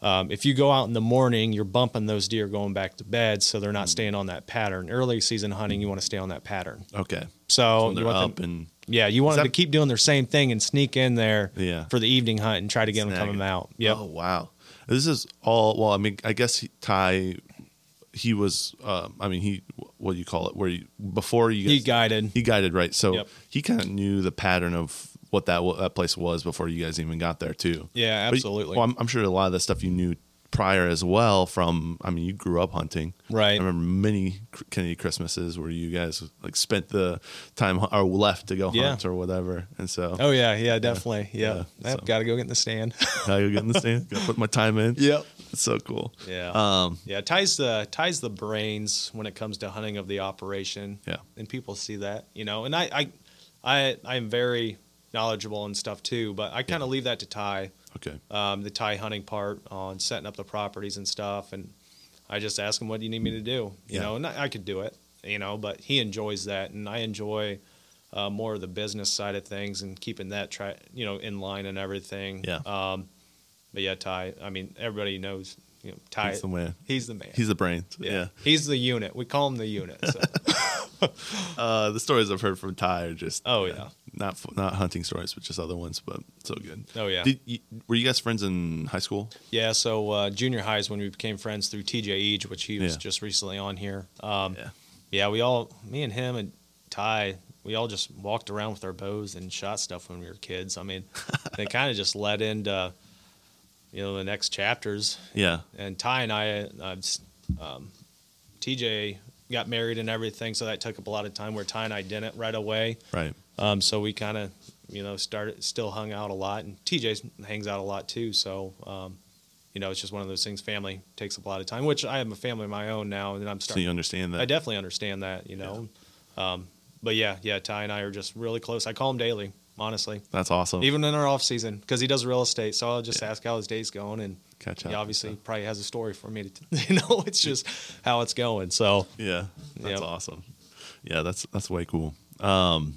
Um, if you go out in the morning, you're bumping those deer going back to bed, so they're
Mm.
not staying on that pattern. Early season hunting, you want to stay on that pattern.
Okay.
So,
When
you
they're
Oh, want
up
them-
and
yeah, you want
Is
them
that-
to keep doing their same thing and sneak in there
Yeah.
for the evening hunt and try to get them
Snag
coming
it.
out. Yep.
Oh wow, this is all. Well, I mean, I guess he, Ty, he was. Um, I mean, he. What do you call it? Where you before you
He
guys-
guided.
he guided right, so
Yep.
he kind of knew the pattern of what that wa- that place was before you guys even got there too.
Yeah,
But-
absolutely.
well, I'm, I'm sure a lot of that stuff you knew prior as well. From I mean, you grew up hunting,
Right.
I remember many Cr- Kennedy Christmases where you guys like spent the time hu- or left to go
Yeah.
hunt or whatever, and so
Oh yeah, yeah, definitely. Yeah,
yeah,
Yep,
so.
gotta go get in the stand. <laughs>
I go get in the stand, gotta put my time in.
yep.
it's so cool.
Yeah.
Um,
Uh, yeah, ties the ties the brains when it comes to hunting of the operation.
Yeah.
And people see that, you know. And I I I I'm very knowledgeable and stuff too, but I kind of leave that to Ty,
Okay.
um, the Ty hunting part on setting up the properties and stuff and I just ask him what do you need me to do, you
Yeah.
know, and I, I could do it, you know, but he enjoys that and I enjoy uh, more of the business side of things and keeping that try, you know, in line and everything.
Yeah.
Um, but yeah, Ty, I mean, everybody knows, you know, Ty,
He's the man.
He's the man.
He's the brains. Yeah.
yeah. He's the unit. We call him the unit.
<laughs>
So.
Uh, the stories I've heard from Ty are just
Oh, yeah.
not not hunting stories, but just other ones, but so good.
Oh, yeah.
Did you, were you guys friends in high school?
yeah. So uh, junior high is when we became friends through TJ Eage, which he was
Yeah.
just recently on here. Um,
Yeah.
yeah. We all, me and him and Ty, we all just walked around with our bows and shot stuff when we were kids. I mean, they kind of just led into, you know, the next chapters.
Yeah.
and Ty and I, uh, s- um, TJ got married and everything, so that took up a lot of time. Where Ty and I didn't right away,
Right.
um, so we kind of, you know, started still hung out a lot, and TJ hangs out a lot too. So, um, you know, it's just one of those things. Family takes up a lot of time, which I have a family of my own now, and I'm
So
starting.
you understand that?
I definitely understand that, you know, um, but yeah, yeah, Ty and I are just really close. I call him daily, honestly,
That's awesome.
even in our off season, because he does real estate. So I'll just
Yeah.
ask how his day's going and
Catch up.
he obviously probably has a story for me to, t- <laughs> you know, it's just how it's going. So
Yeah. That's
Yep.
awesome. Yeah. That's that's way cool. Um,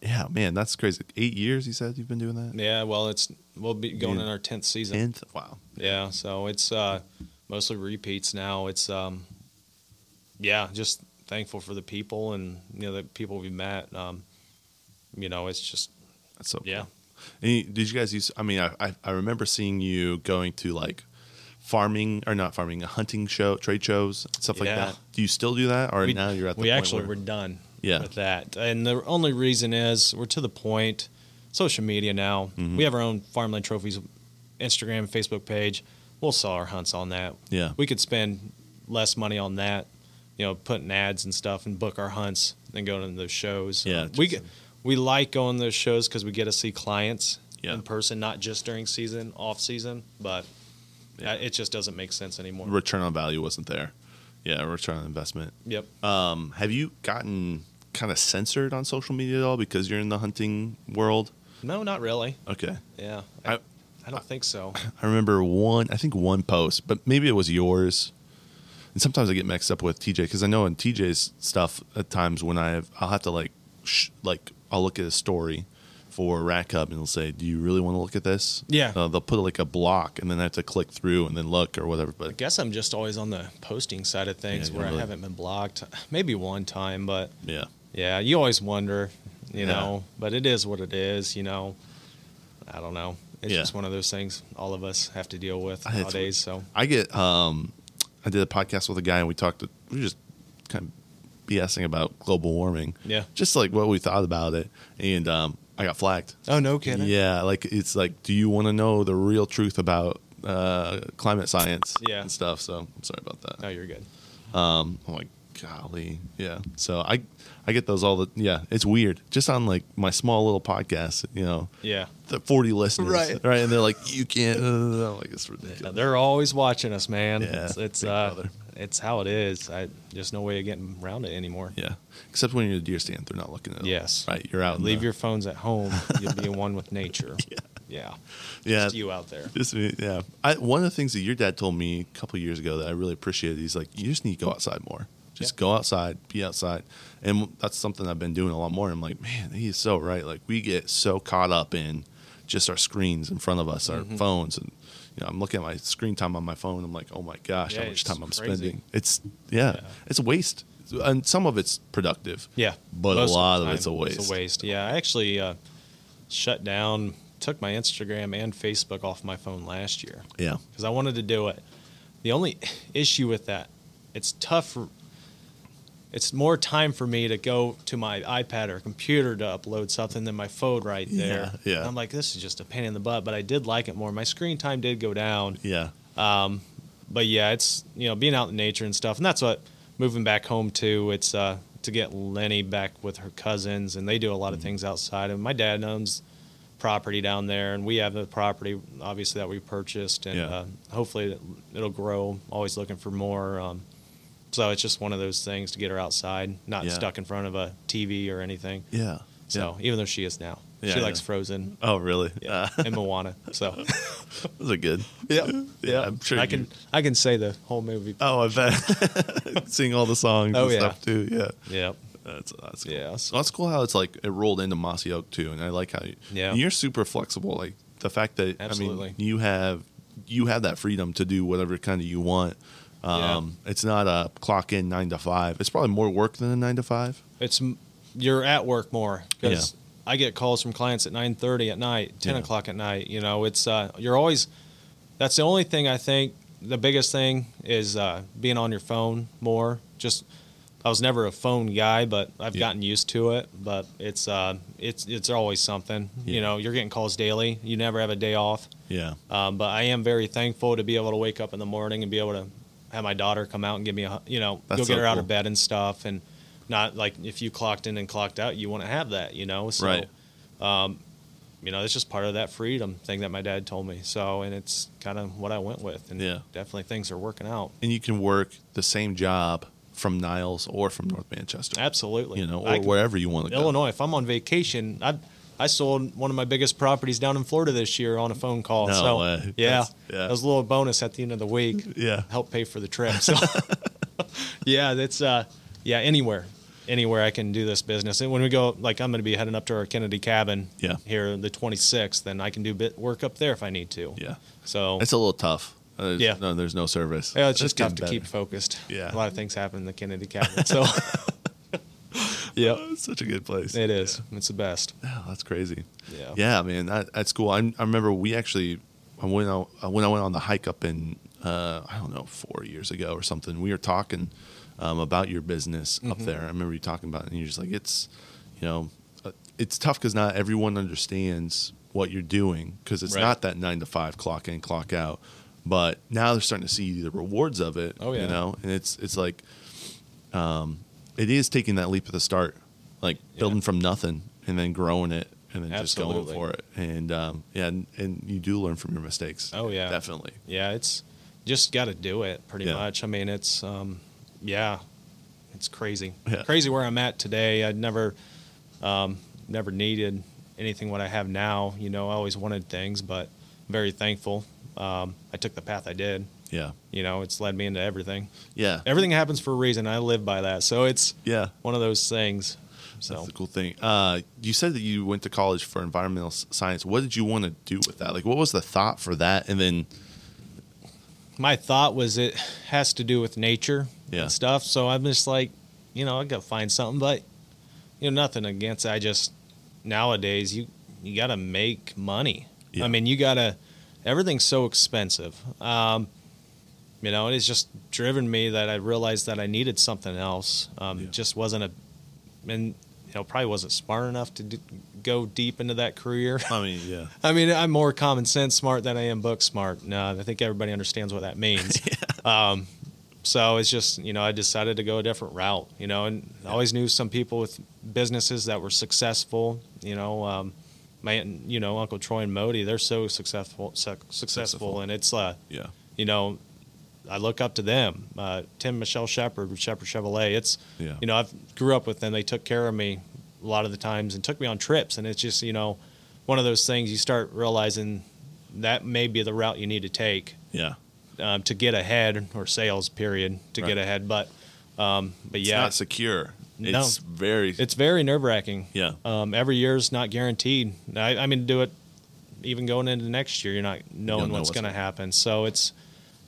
yeah, man, that's crazy. Eight years, you said you've been doing that.
yeah, well, it's we'll be going
Yeah.
in our tenth season.
Tenth. Wow.
Yeah, so it's uh, mostly repeats now. It's um, yeah, just thankful for the people and you know the people we met. Um, you know, it's just
That's so.
yeah,
And you- did you guys use? I mean, I, I I remember seeing you going to like farming or not farming, uh, hunting show, trade shows, stuff like
Yeah.
that. Do you still do that, or now you're at the
we
point
actually
where-
were done
Yeah.
with that and the only reason is we're to the point social media now
Mm-hmm.
we have our own farmland trophies instagram facebook page we'll sell our hunts on that
Yeah.
we could spend less money on that you know putting ads and stuff and book our hunts and go to those shows
Yeah,
Uh, we
just-
get we like going to those shows because we get to see clients
Yeah.
in person not just during season off season but uh, it just doesn't make sense anymore
return on value wasn't there. Yeah, return on investment.
yep
Um, have you gotten kind of censored on social media at all because you're in the hunting world?
no not really
Okay.
yeah
I,
I don't think so.
I remember one, I think one post, but maybe it was yours. And sometimes I get mixed up with TJ because I know in TJ's stuff at times when I have, I'll have to like, sh- like I'll look at a story for Rack Hub and it'll say, "Do you really want to look at this?"
Yeah.
Uh, they'll put like a block, and then I have to click through and then look or whatever.
I
But
guess I'm just always on the posting side of things
Yeah,
where
really.
I haven't been blocked. <laughs> Maybe one time, but
yeah,
yeah, you always wonder, you
Yeah.
know. But it is what it is, you know. I don't know. It's
Yeah.
just one of those things all of us have to deal with
I- it's-
nowadays. So
I get. um I did a podcast with a guy and we talked. We were just kind of BSing about global warming.
Yeah.
Just like what we thought about it, and um, I got flagged.
oh no kidding.
Yeah, like it's like, do you want to know the real truth about uh, climate science
Yeah.
and stuff? So I'm sorry about that.
No, you're good.
Um, I'm like, golly, yeah. So I, I get those all the yeah. It's weird, just on like my small little podcast, you know,
Yeah.
the 40 listeners,
Right.
Right, and they're like, you can't. <laughs> uh, I'm like it's ridiculous.
Now, they're always watching us, man.
Yeah,
It's it's,
Big
uh,
Brother.
it's how it is. I there's no way of getting around it anymore.
Yeah, except when you're in a deer stand, they're not looking at. all.
Yes.
right. You're out. in
Leave
the-
your phones
<laughs>
at home. You'll be one with nature.
Yeah.
Yeah.
yeah.
Just you out there.
Just me, yeah. I, one of the things that your dad told me a couple years ago that I really appreciated, he's like, you just need to go outside more. Just
Yeah.
go outside, be outside. And that's something I've been doing a lot more. I'm like, man, he is so right. Like, we get so caught up in just our screens in front of us, our
Mm-hmm.
phones. And, you know, I'm looking at my screen time on my phone. I'm like, oh my gosh,
Yeah,
how much
it's
time I'm
crazy.
spending. It's, yeah,
Yeah.
it's a waste. And some of it's productive.
Yeah,
But
most
a
the
lot of, it's a
time
waste.
It's a waste. Yeah, I actually uh, shut down, took my Instagram and Facebook off my phone last year
Yeah.
because I wanted to do it. The only <laughs> issue with that, it's tough. It's more time for me to go to my iPad or computer to upload something than my phone right there.
Yeah, yeah.
I'm like, this is just a pain in the butt, but I did like it more. My screen time did go down
Yeah.
but yeah, it's you know being out in nature and stuff, and that's what moving back home to. It's uh, to get Lenny back with her cousins, and they do a lot
Mm-hmm.
of things outside. And my dad owns property down there, and we have the property obviously that we purchased, and
Yeah.
uh, hopefully it- it'll grow. Always looking for more. Um, so it's just one of those things to get her outside, not
Yeah.
stuck in front of a TV or anything.
Yeah.
So
Yeah.
even though she is now,
Yeah,
she
I
likes
know.
Frozen
Oh, really? <laughs>
yeah,
Uh,
and Moana.
<laughs>
So
those are good.
yeah,
<laughs> Yeah, I'm sure
I
you-
can I can say the whole
<laughs>
movie.
Oh, I bet. <laughs> Sing all the songs
Oh,
and
yeah.
stuff too. Yeah.
Yeah.
That's that's cool.
Yeah, so-
Well, that's cool how it's like it rolled into Mossy Oak too, and I like how you,
Yeah.
you're super flexible. Like the fact that I
Absolutely.
mean you have you have that freedom to do whatever kind of you want.
Yeah.
Um, It's not a clock in nine to five. It's probably more work than a nine to five.
it's m- you're at work more because
Yeah.
I get calls from clients at 9:30 at night, 10
Yeah.
o'clock at night. You know, it's uh, you're always. That's the only thing I think. The biggest thing is uh, being on your phone more. Just I was never a phone guy, but I've
Yeah.
gotten used to it. But it's uh, it's it's always something.
Yeah.
You know, you're getting calls daily. You never have a day off.
Yeah.
Um, but I am very thankful to be able to wake up in the morning and be able to have my daughter come out and give me a, hu- you know,
That's
go
so
get her out of
cool.
bed and stuff. And not like if you clocked in and clocked out, you want to have that, you know? So, um,
Right.
you know, it's just part of that freedom thing that my dad told me. So, and it's kind of what I went with. And
Yeah.
definitely things are working out.
And you can work the same job from Niles or from North Manchester.
Absolutely.
You know, or
I can-
wherever you want to go.
Illinois, if I'm on vacation, I I sold one of my biggest properties down in Florida this year on a phone call.
No
so,
way.
Yeah,
That's- yeah.
That was a little bonus at the end of the week.
Yeah.
help pay for the trip. So <laughs> yeah, that's uh yeah, anywhere. Anywhere I can do this business. And when we go like I'm gonna be heading up to our Kennedy cabin
Yeah.
here the twenty sixth, then I can do bit work up there if I need to.
Yeah.
So
It's a little tough. Uh,
Yeah.
No, there's no service.
yeah, it's just tough
getting
to
better.
keep focused.
Yeah. <laughs>
A lot of things happen in the Kennedy cabin. So Yep.
It's such a good place.
It is. It's the best.
Yeah, that's crazy.
Yeah.
Yeah, man, that, that's cool. I, I remember we actually, I went out, I- when I went on the hike up in, uh, I don't know, four years ago or something, we were talking um, about your business
Mm-hmm.
up there. I remember you talking about it, and you're just like, it's, you know, uh, it's tough because not everyone understands what you're doing because it's
Right.
not that nine to five clock in, clock out. But now they're starting to see the rewards of it.
Oh, yeah.
You know, and it's, it's like, it is taking that leap at the start, like
Yeah.
building from nothing and then growing it and then just
Absolutely.
going for it. And um, yeah, and, and you do learn from your mistakes.
Oh, yeah.
definitely.
Yeah, it's just got to do it pretty
Yeah.
much. I mean, it's um, yeah, it's crazy,
Yeah.
crazy where I'm at today. I'd never, um, never needed anything what I have now. You know, I always wanted things, but very thankful. Um, I took the path I did.
Yeah,
You know, it's led me into everything.
yeah,
Everything happens for a reason. I live by that. So it's
yeah.
one of those things.
That's
So
the cool thing. Uh, you said that you went to college for environmental s- science. What did you want to do with that? Like, what was the thought for that? And then,
my thought was it has to do with nature
Yeah.
and stuff. So I'm just like, you know, I gotta find something, but you know, nothing against. I just nowadays you you gotta make money.
Yeah.
I mean, you gotta. Everything's so expensive. Um, you know, it's just driven me that I realized that I needed something else. Um,
Yeah.
Just wasn't a, and you know, probably wasn't smart enough to d go deep into that career. <laughs>
I mean, yeah,
I mean, I'm more common sense smart than I am book smart. No, I think everybody understands what that means. um, so it's just, you know, I decided to go a different route, you know, and I always knew some people with businesses that were successful, you know, um, my, you know, Uncle Troy and Modi, they're so successful, suc
Successful.
successful. And it's, uh,
yeah,
you know, I look up to them. Uh, Tim Michelle Shepherd with Shepherd Chevrolet. It's,
Yeah.
you know, I have grew up with them. They took care of me a lot of the times and took me on trips. And it's just, you know, one of those things you start realizing that may be the route you need to take
yeah.
um, to get ahead or sales period to
Right.
get ahead. But, um, but
It's
yeah,
not secure.
No.
It's very.
it's very nerve wracking.
Yeah.
Um, every year's not guaranteed. I, I mean, do it even going into next year, you're not knowing
know what's
what's going to happen. So it's,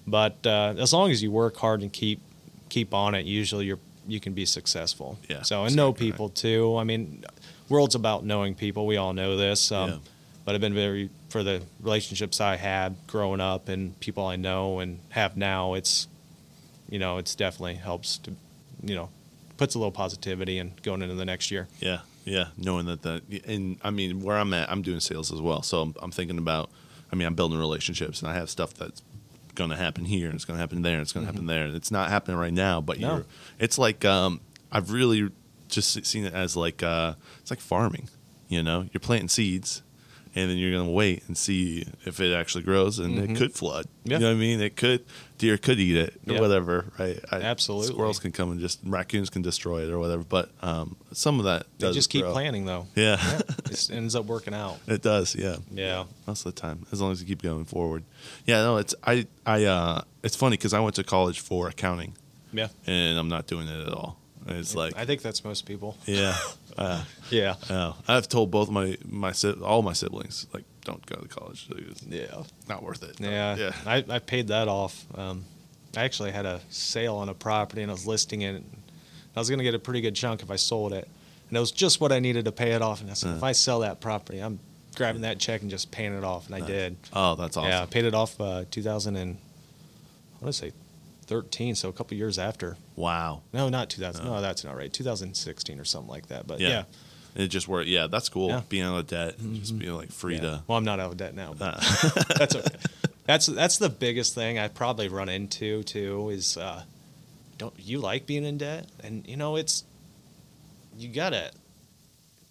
but uh, as long as you work hard and keep keep on it, usually you're you can be successful.
Yeah,
So and know
exactly right.
people too. I mean, world's about knowing people. We all know this. Um,
Yeah.
But I've been very for the relationships I had growing up and people I know and have now. It's you know, it's definitely helps to, you know, puts a little positivity and going into the next year.
Yeah, yeah. Knowing that the and I mean where I'm at, I'm doing sales as well. So I'm, I'm thinking about. I mean, I'm building relationships, and I have stuff that's going to happen here, and it's going to happen there, and it's going to happen there. And it's not happening right now, but
Mm-hmm. No.
you're. It's like um, I've really just seen it as like uh, it's like farming. You know, you're planting seeds. And then you're gonna wait and see if it actually grows, and it could flood.
Mm-hmm. Yeah.
You know what I mean? It could deer could eat it, or
Yeah.
whatever, right? I,
Absolutely.
Squirrels can come and just raccoons can destroy it or whatever. But um, some of that
They
does
just keep
grow. <laughs>
planning though.
Yeah,
it ends up working out.
it does. Yeah.
Yeah.
most of the time, as long as you keep going forward. Yeah, no, it's I I uh, it's funny because I went to college for accounting,
Yeah.
and I'm not doing it at all. And It's like
I think that's
<laughs>
most people.
yeah,
<laughs> Yeah.
no. I've told both my my si- all my siblings like don't go to college, it's
Yeah.
not worth it.
Yeah.
yeah,
I, I paid that off. Um, I actually had a sale on a property and I was listing it. And I was going to get a pretty good chunk if I sold it. And it was just what I needed to pay it off. And I said,
Uh.
if I sell that property, I'm grabbing that check and just paying it off. And I did.
Oh, that's awesome.
Yeah. I paid it off uh, 2000 and I want to say 13. So a couple years after.
Wow.
No, not 2000. No, that's not right. 2016 or something like that. But
Uh-huh. Yeah.
yeah. yeah.
It just worked. Yeah, that's cool.
Yeah. Mm-hmm.
Being out of debt, and just being like free to. uh,
Well, I'm not out of debt now.
<laughs>
But that's okay. That's that's the biggest thing I probably run into too is uh, don't you like being in debt? And you know it's you gotta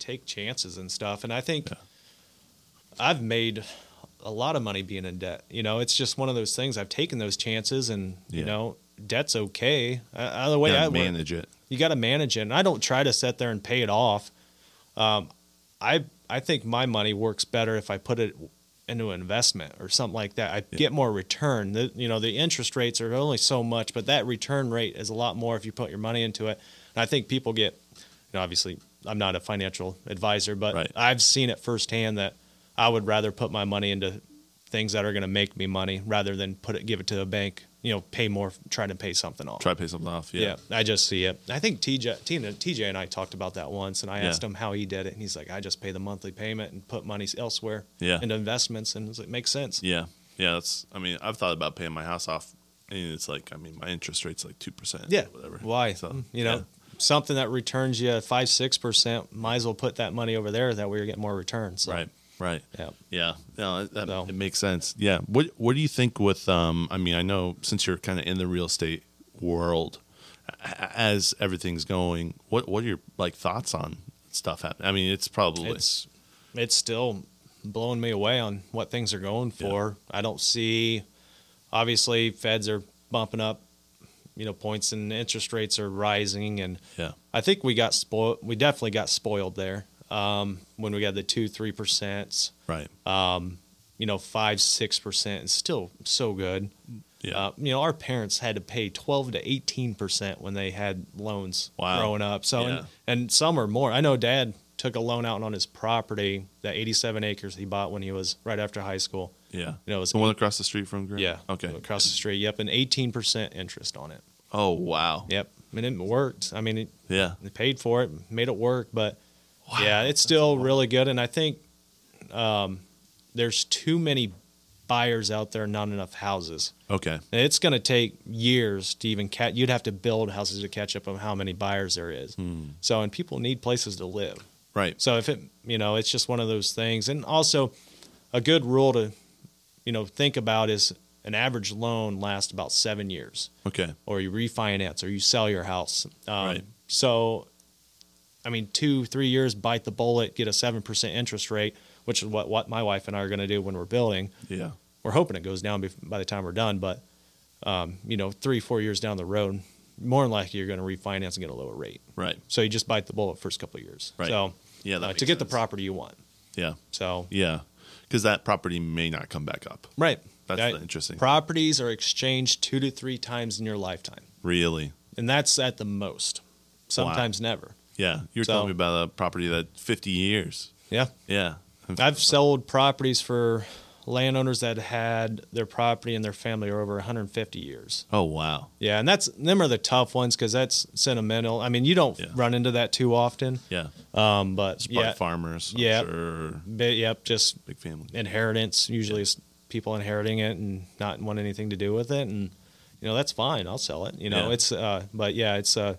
take chances and stuff. And I think
Yeah.
I've made a lot of money being in debt. You know, it's just one of those things. I've taken those chances, and
Yeah.
you know, debt's okay. Uh,
<laughs>
the way
gotta
I work-
manage it.
you got to manage it. And I don't try to sit there and pay it off. Um, I I think my money works better if I put it into an investment or something like that. I get more return. The, you know, the interest rates are only so much, but that return rate is a lot more if you put your money into it. And I think people get, you know, obviously I'm not a financial advisor, but
Right.
I've seen it firsthand that I would rather put my money into things that are going to make me money rather than put it give it to a bank you know, pay more, try to pay something off.
Try to pay something off. Yeah.
Yeah. I just see it. I think TJ, Tina, TJ and I talked about that once, and I
Yeah.
asked him how he did it, and he's like, "I just pay the monthly payment and put money elsewhere
Yeah.
into investments," and it's like makes sense.
Yeah. Yeah. That's, I mean, I've thought about paying my house off. And it's like, I mean, my interest rate's like 2%.
Yeah,
Whatever.
Why? Mm,
So,
you know,
yeah.
something that returns you five, six percent, might as well put that money over there. That way you're getting more returns. So,
Right. Right.
Yeah.
Yeah, no, that,
So-
it makes sense. Yeah, what what do you think with? Um, I mean, I know since you're kind of in the real estate world, a- as everything's going, what what are your like thoughts on stuff happening? I mean, it's probably
It's it's still blowing me away on what things are going for. I don't see. Obviously, feds are bumping up. You know, points and interest rates are rising, and
yeah,
I think we got spoiled. We definitely got spoiled there um, when we got the two, three percents.
right,
You know, five, six percent is still so good.
yeah,
Uh, you know, our parents had to pay twelve to eighteen percent when they had loans
Wow.
growing up. So,
Yeah.
and, and some are more. I know Dad took a loan out on his property, that eighty-seven acres he bought when he was right after high school.
yeah.
You know, it was
the one across the street from Grant.
yeah,
Okay.
across the street. Yep, and eighteen percent interest on it.
Oh wow.
Yep, and it worked. I mean, it,
Yeah.
they paid for it, made it work, but
Wow.
yeah, it's still really good. And I think um, there's too many buyers out there, not enough houses.
Okay.
And it's going to take years to even catch. You'd have to build houses to catch up on how many buyers there is. So, and people need places to live.
Right.
So if it, you know, it's just one of those things. And also, a good rule to, you know, think about is an average loan lasts about seven years
Okay.
or you refinance or you sell your house. Um,
Right.
So, I mean, two, three years, bite the bullet, get a 7% interest rate, which is what, what my wife and I are going to do when we're building.
Yeah.
We're hoping it goes down bef- by the time we're done, but, um, you know, three, four years down the road, more than likely you're going to refinance and get a lower rate.
Right.
So you just bite the bullet first couple of years.
Right.
So,
Yeah. That
uh,
makes
to get the
sense.
property you want.
Yeah.
So,
Yeah. Because that property may not come back up.
right.
That's
That-
the interesting.
Properties are exchanged two to three times in your lifetime,
really.
and that's at the most, sometimes never.
Yeah. You were
So-
telling me about a property that 50 years.
Yeah.
Yeah.
I've sold properties for landowners that had their property and their family over 150 years.
Oh wow.
Yeah, and that's them are the tough ones because that's sentimental. I mean, you don't
Yeah.
run into that too often.
Yeah.
Um, but
Probably
yeah,
farmers. I'm
Yeah.
Sure.
but, yep, just
Big family.
inheritance. Usually, it's people inheriting it and not want anything to do with it, and you know that's fine. I'll sell it. You know,
Yeah.
it's uh, but yeah, it's uh,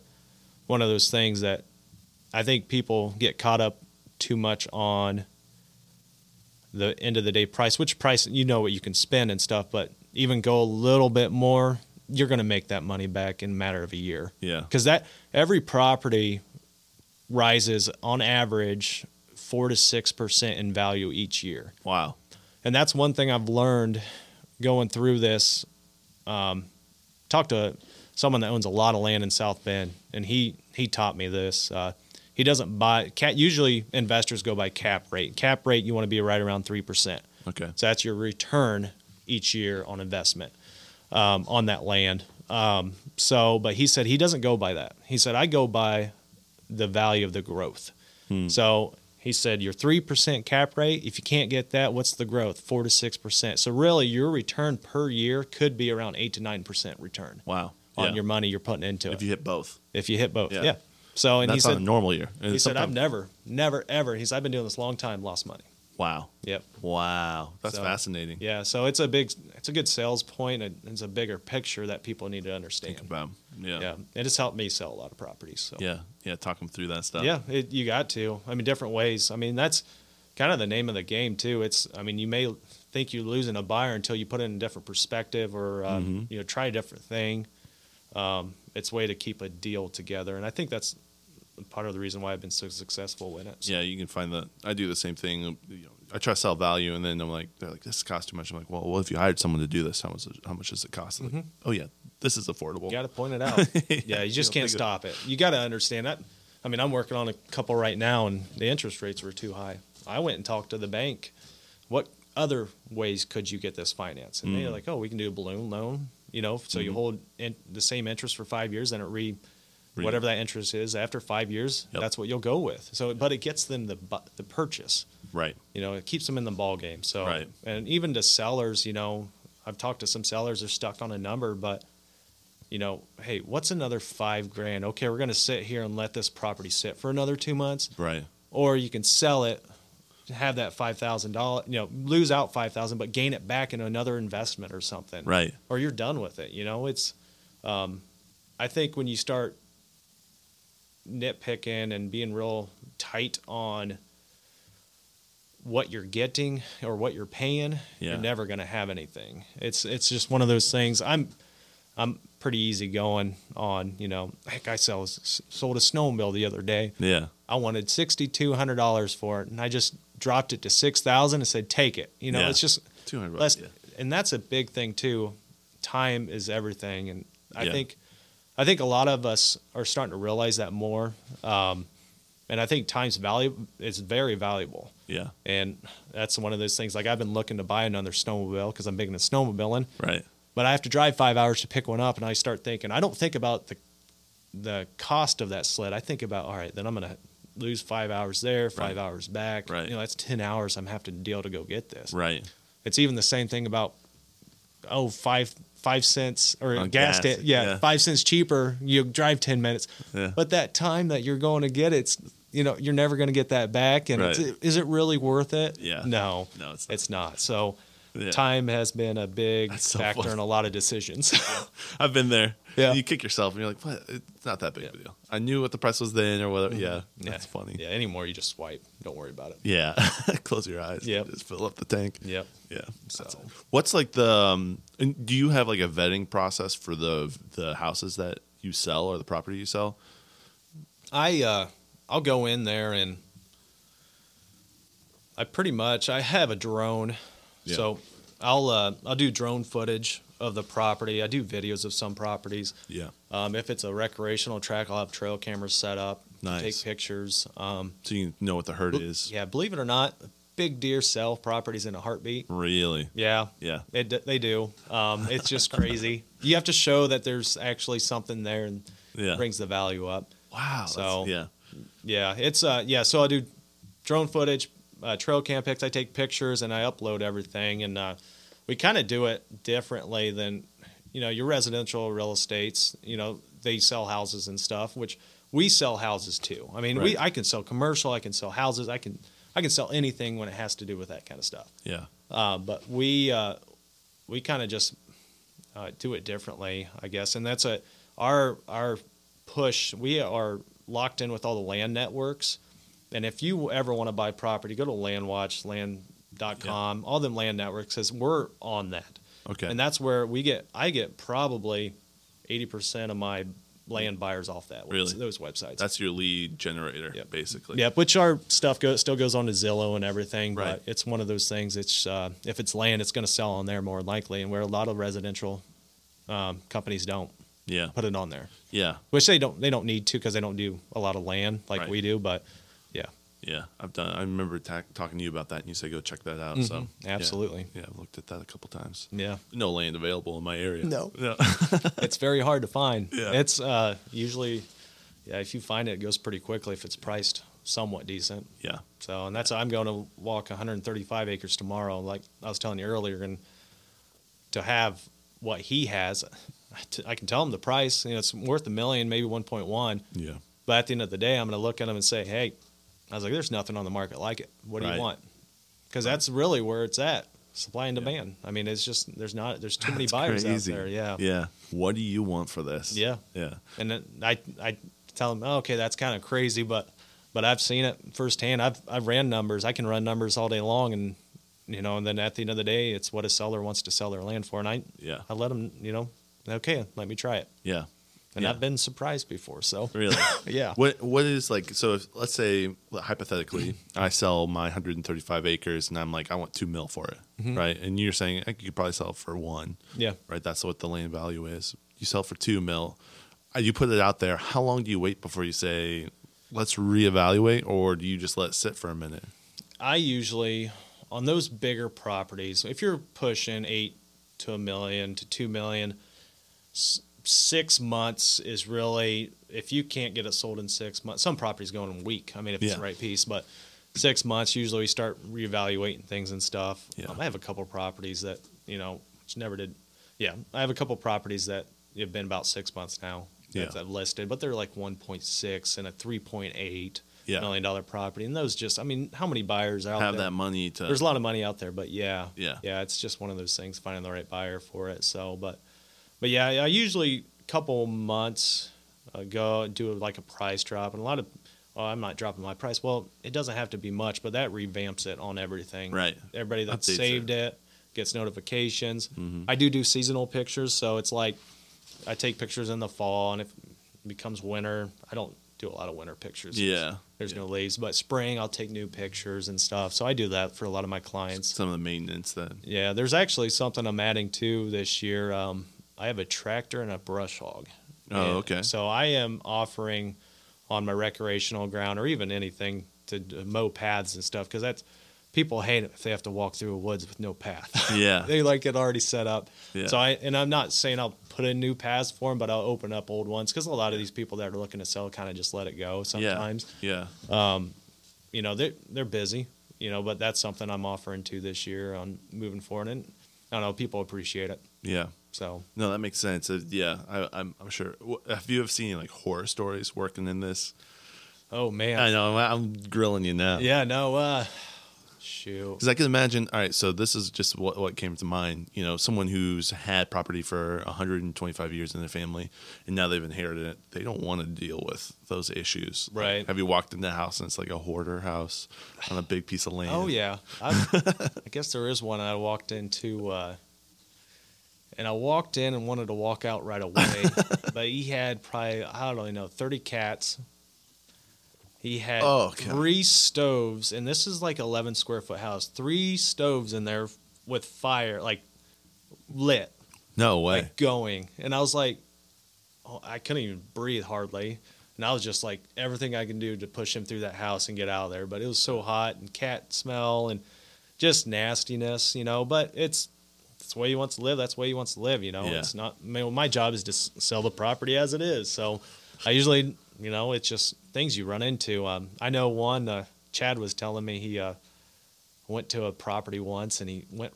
one of those things that I think people get caught up too much on the end of the day price, which price you know what you can spend and stuff, but even go a little bit more, you're going to make that money back in a matter of a year
Yeah.
because that every property rises on average four to six percent in value each year
Wow.
and that's one thing I've learned going through this. Um, talked to someone that owns a lot of land in South Bend, and he he taught me this. Uh, he doesn't buy cat. Usually, investors go by cap rate. Cap rate, you want to be right around three percent.
Okay.
So that's your return each year on investment um, on that land. Um, so, but he said he doesn't go by that. He said I go by the value of the growth.
Hmm.
So he said your three percent cap rate. If you can't get that, what's the growth? Four to six percent. So really, your return per year could be around eight to nine percent return
Wow.
on
Yeah.
your money you're putting into
If
it
you hit both.
if you hit both.
Yeah.
Yeah. So and
That's
he said
on a normal year.
he said I've never, never, ever. He's I've been doing this a long time, lost money.
Wow.
Yep.
Wow. That's
So-
fascinating.
Yeah, so it's a big, it's a good sales point, and it's a bigger picture that people need to understand.
Wow. Yeah.
yeah.
Yeah.
it has helped me sell a lot of properties. So
Yeah. Talk them through that stuff.
yeah, it, you got to. I mean, different ways. I mean, that's kind of the name of the game too. It's, I mean, you may think you're losing a buyer until you put it in a different perspective or um, you know try a different thing. Um, it's a way to keep a deal together, and I think that's part of the reason why I've been so successful with it. So,
Yeah. You can find the. I do the same thing. You know, I try to sell value, and then I'm like, they're like, this costs too much. I'm like, well, well, if you hired someone to do this, how much? How much does it cost? Like, oh yeah, this is affordable.
You got to point it out. <laughs> yeah,
You don't
you just
think
can't
of-
stop it. You got to understand that. I mean, I'm working on a couple right now, and the interest rates were too high. I went and talked to the bank. What other ways could you get this finance? And they're like, "Oh, we can do a balloon loan. You know, so you hold in the same interest for five years, and it re,
Re-
whatever that interest is after five years,
Yep.
that's what you'll go with. So, but it gets them the bu- the purchase
Right.
you know, it keeps them in the ball game. So,
Right.
and even to sellers, you know, I I've talked to some sellers, they're stuck on a number, but you know, hey, what's another five grand? Okay, we're going to sit here and let this property sit for another two months,
Right.
or you can sell it, have that five thousand dollar, you know, lose out five thousand, but gain it back in another investment or something,
Right.
Or you're done with it. You know, it's. Um, I think when you start nitpicking and being real tight on what you're getting or what you're paying,
Yeah.
you're never going to have anything. It's it's just one of those things. I'm I'm pretty easy going on, you know. Heck, I sell, sold a snowmobile the other day.
Yeah.
I wanted sixty two hundred dollars for it, and I just dropped it to six thousand and said, "Take it." You know,
Yeah.
it's just
200 bucks.
less,
Yeah.
and that's a big thing too. Time is everything, and I
Yeah.
think, I think a lot of us are starting to realize that more. Um, and I think time's value is very valuable,
Yeah.
and that's one of those things. Like I've been looking to buy another snowmobile because I'm big into snowmobiling,
Right.
but I have to drive five hours to pick one up, and I start thinking. I don't think about the the cost of that sled. I think about all right, then I'm gonna lose five hours there, five
Right.
hours back.
Right.
You know, that's ten hours I'm having to deal to go get this.
Right.
It's even the same thing about oh five five cents or
On
gas,
gas,
sta- yeah,
yeah.
five cents cheaper. You drive ten minutes,
Yeah.
but that time that you're going to get it's you know you're never going to get that back, and
Right.
it's, is it really worth it?
Yeah.
no,
No, it's not.
it's not. So.
Yeah.
Time has been a big
That's so
factor
funny.
in a lot of decisions.
I've been there.
Yeah.
You kick yourself and you're like, what? It's not that big of a deal. I knew what the price was then or whatever. Mm-hmm. Yeah. That's funny.
<laughs> Yeah, anymore you just swipe. Don't worry about it.
Yeah. <laughs> Close your eyes.
Yep.
Just fill up the tank.
Yep.
Yeah.
So
That's it. What's like the, um, and do you have like a vetting process for the, the houses that you sell or the property you sell?
I uh I'll go in there and I pretty much I have a drone.
Yeah.
So I'll uh I'll do drone footage of the property. I do videos of some properties.
Yeah.
Um, if it's a recreational track, I'll have trail cameras set up, to
Nice.
take pictures. Um,
So you know what the herd is.
yeah, believe it or not, big deer sell properties in a heartbeat.
Really?
Yeah,
Yeah.
It, d- they do. Um, it's
<laughs>
just crazy. You have to show that there's actually something there and
Yeah.
brings the value up.
wow. that's-
So-
yeah.
Yeah, it's uh yeah. So I do drone footage, uh, trail cam pics. I take pictures and I upload everything. And uh, we kind of do it differently than you know your residential real estates. You know they sell houses and stuff, which we sell houses too. I mean, we
Right.
I can sell commercial, I can sell houses, I can I can sell anything when it has to do with that kind of stuff.
Yeah.
Uh, but we uh, we kind of just uh, do it differently, I guess. And that's a our our push. We are locked in with all the land networks, and if you ever want to buy property, go to LandWatch, Land.com, all them land networks. Says we're on that,
Okay.
and that's where we get. I get probably eighty percent of my land buyers off that.
Really?
those websites.
That's your lead generator,
Yep.
basically.
Yep, which our stuff go, still goes on to Zillow and everything,
Right.
but it's one of those things. It's uh, if it's land, it's going to sell on there more likely, and where a lot of residential um, companies don't
Yeah.
put it on there,
Yeah.
which they don't they don't need to because they don't do a lot of land like
Right.
we do. But yeah,
Yeah. I've done. I remember ta- talking to you about that, and you said go check that out. So
Mm-hmm.
yeah.
absolutely,
Yeah. I've looked at that a couple times.
yeah,
No land available in my area.
No.
No.
<laughs> it's very hard to find.
Yeah.
It's uh, usually yeah, if you find it, it goes pretty quickly if it's priced somewhat decent.
yeah.
So, and that's I'm going to walk 135 acres tomorrow, like I was telling you earlier, and to have what he has, I can tell him the price. You know, it's worth a million, maybe 1.1.
<laughs> Yeah.
But at the end of the day, I'm going to look at him and say, "Hey, I was like, there's nothing on the market like it. What do
Right.
you want?" Because that's really where it's at, supply and demand. I mean, it's just there's not there's too many buyers
Crazy.
out there.
Yeah. What do you want for this?
Yeah.
Yeah.
And then I I tell them, oh, okay, that's kind of crazy, but but I've seen it firsthand. I've I've ran numbers. I can run numbers all day long, and you know, and then at the end of the day, it's what a seller wants to sell their land for, and I
Yeah.
I let them, you know, okay, let me try it,
Yeah.
and
Yeah.
I've been surprised before, so <laughs>
Really.
yeah,
What what is like so if let's say hypothetically I sell my 135 acres and I'm like I want 2 mil for it,
Mm-hmm.
right? And you're saying I could probably sell it for 1.
yeah.
right? That's what the land value is. You sell for two mil, Uh, you put it out there. How long do you wait before you say, let's reevaluate, or do you just let it sit for a minute?
I usually on those bigger properties, if you're pushing eight to a million to two million, s- six months is really if you can't get it sold in six months. Some properties going in a week. I mean, if it's the
Yeah.
right piece, but six months usually we start reevaluating things and stuff.
Yeah.
Um, I have a couple properties that you know Just never did. Yeah, I have a couple properties that have been about six months now that
Yeah.
I've listed, but they're like 1.6 and a 3.8 million
Yeah.
dollar property, and those just I mean, how many buyers out
have
there?
that money to
There's a lot of money out there, but yeah,
Yeah.
yeah. It's just one of those things finding the right buyer for it. So, but, but yeah, I usually couple months ago do like a price drop, and a lot of, oh, I'm not dropping my price. Well, it doesn't have to be much, but that revamps it on everything.
Right.
Everybody that
Updates Mm-hmm.
saved it. gets notifications. I do do seasonal pictures, so it's like I take pictures in the fall, and if it becomes winter, I don't do a lot of winter pictures.
yeah
There's no leaves, but spring I'll take new pictures and stuff. So I do that for a lot of my clients.
some of the maintenance that
Yeah, there's actually something I'm adding to this year. Um, I have a tractor and a brush hog.
Oh,
And
okay.
So I am offering on my recreational ground or even anything to d- mow paths and stuff because that's people hate it if they have to walk through a woods with no
<laughs>
path.
Yeah.
they like it already set up.
Yeah.
So I and I'm not saying I'll put in new paths for them, but I'll open up old ones because a lot of these people that are looking to sell kind of just let it go sometimes
yeah
you know they're they're busy you know but that's something i'm offering to this year on moving forward and i don't know people appreciate it
yeah yeah
so
no that makes sense Uh, yeah I, I'm, I'm sure Wh- have you have seen like horror stories working in this
oh man
i know I'm, I'm grilling you now
yeah no uh shoot
Because I can imagine. All right, so this is just what, what came to mind. You know, someone who's had property for 125 years in their family, and now they've inherited it. They don't want to deal with those issues. Like,
Right.
have you walked into a house and it's like a hoarder house on a big piece of land?
oh yeah I, I guess there is one i walked into uh and i walked in and wanted to walk out right away but he had probably i don't know 30 cats he had
Oh, God.
three stoves and this is like 11 square foot house three stoves in there with fire like lit
No way.
like going and i was like oh, i couldn't even breathe hardly and i was just like everything i can do to push him through that house and get out of there but it was so hot and cat smell and just nastiness you know but it's that's the way he wants to live that's the way he wants to live you know
Yeah.
it's not I mean, my job is to s- sell the property as it is so i usually you know it's just things you run into um, i know one uh, chad was telling me he uh, went to a property once and he went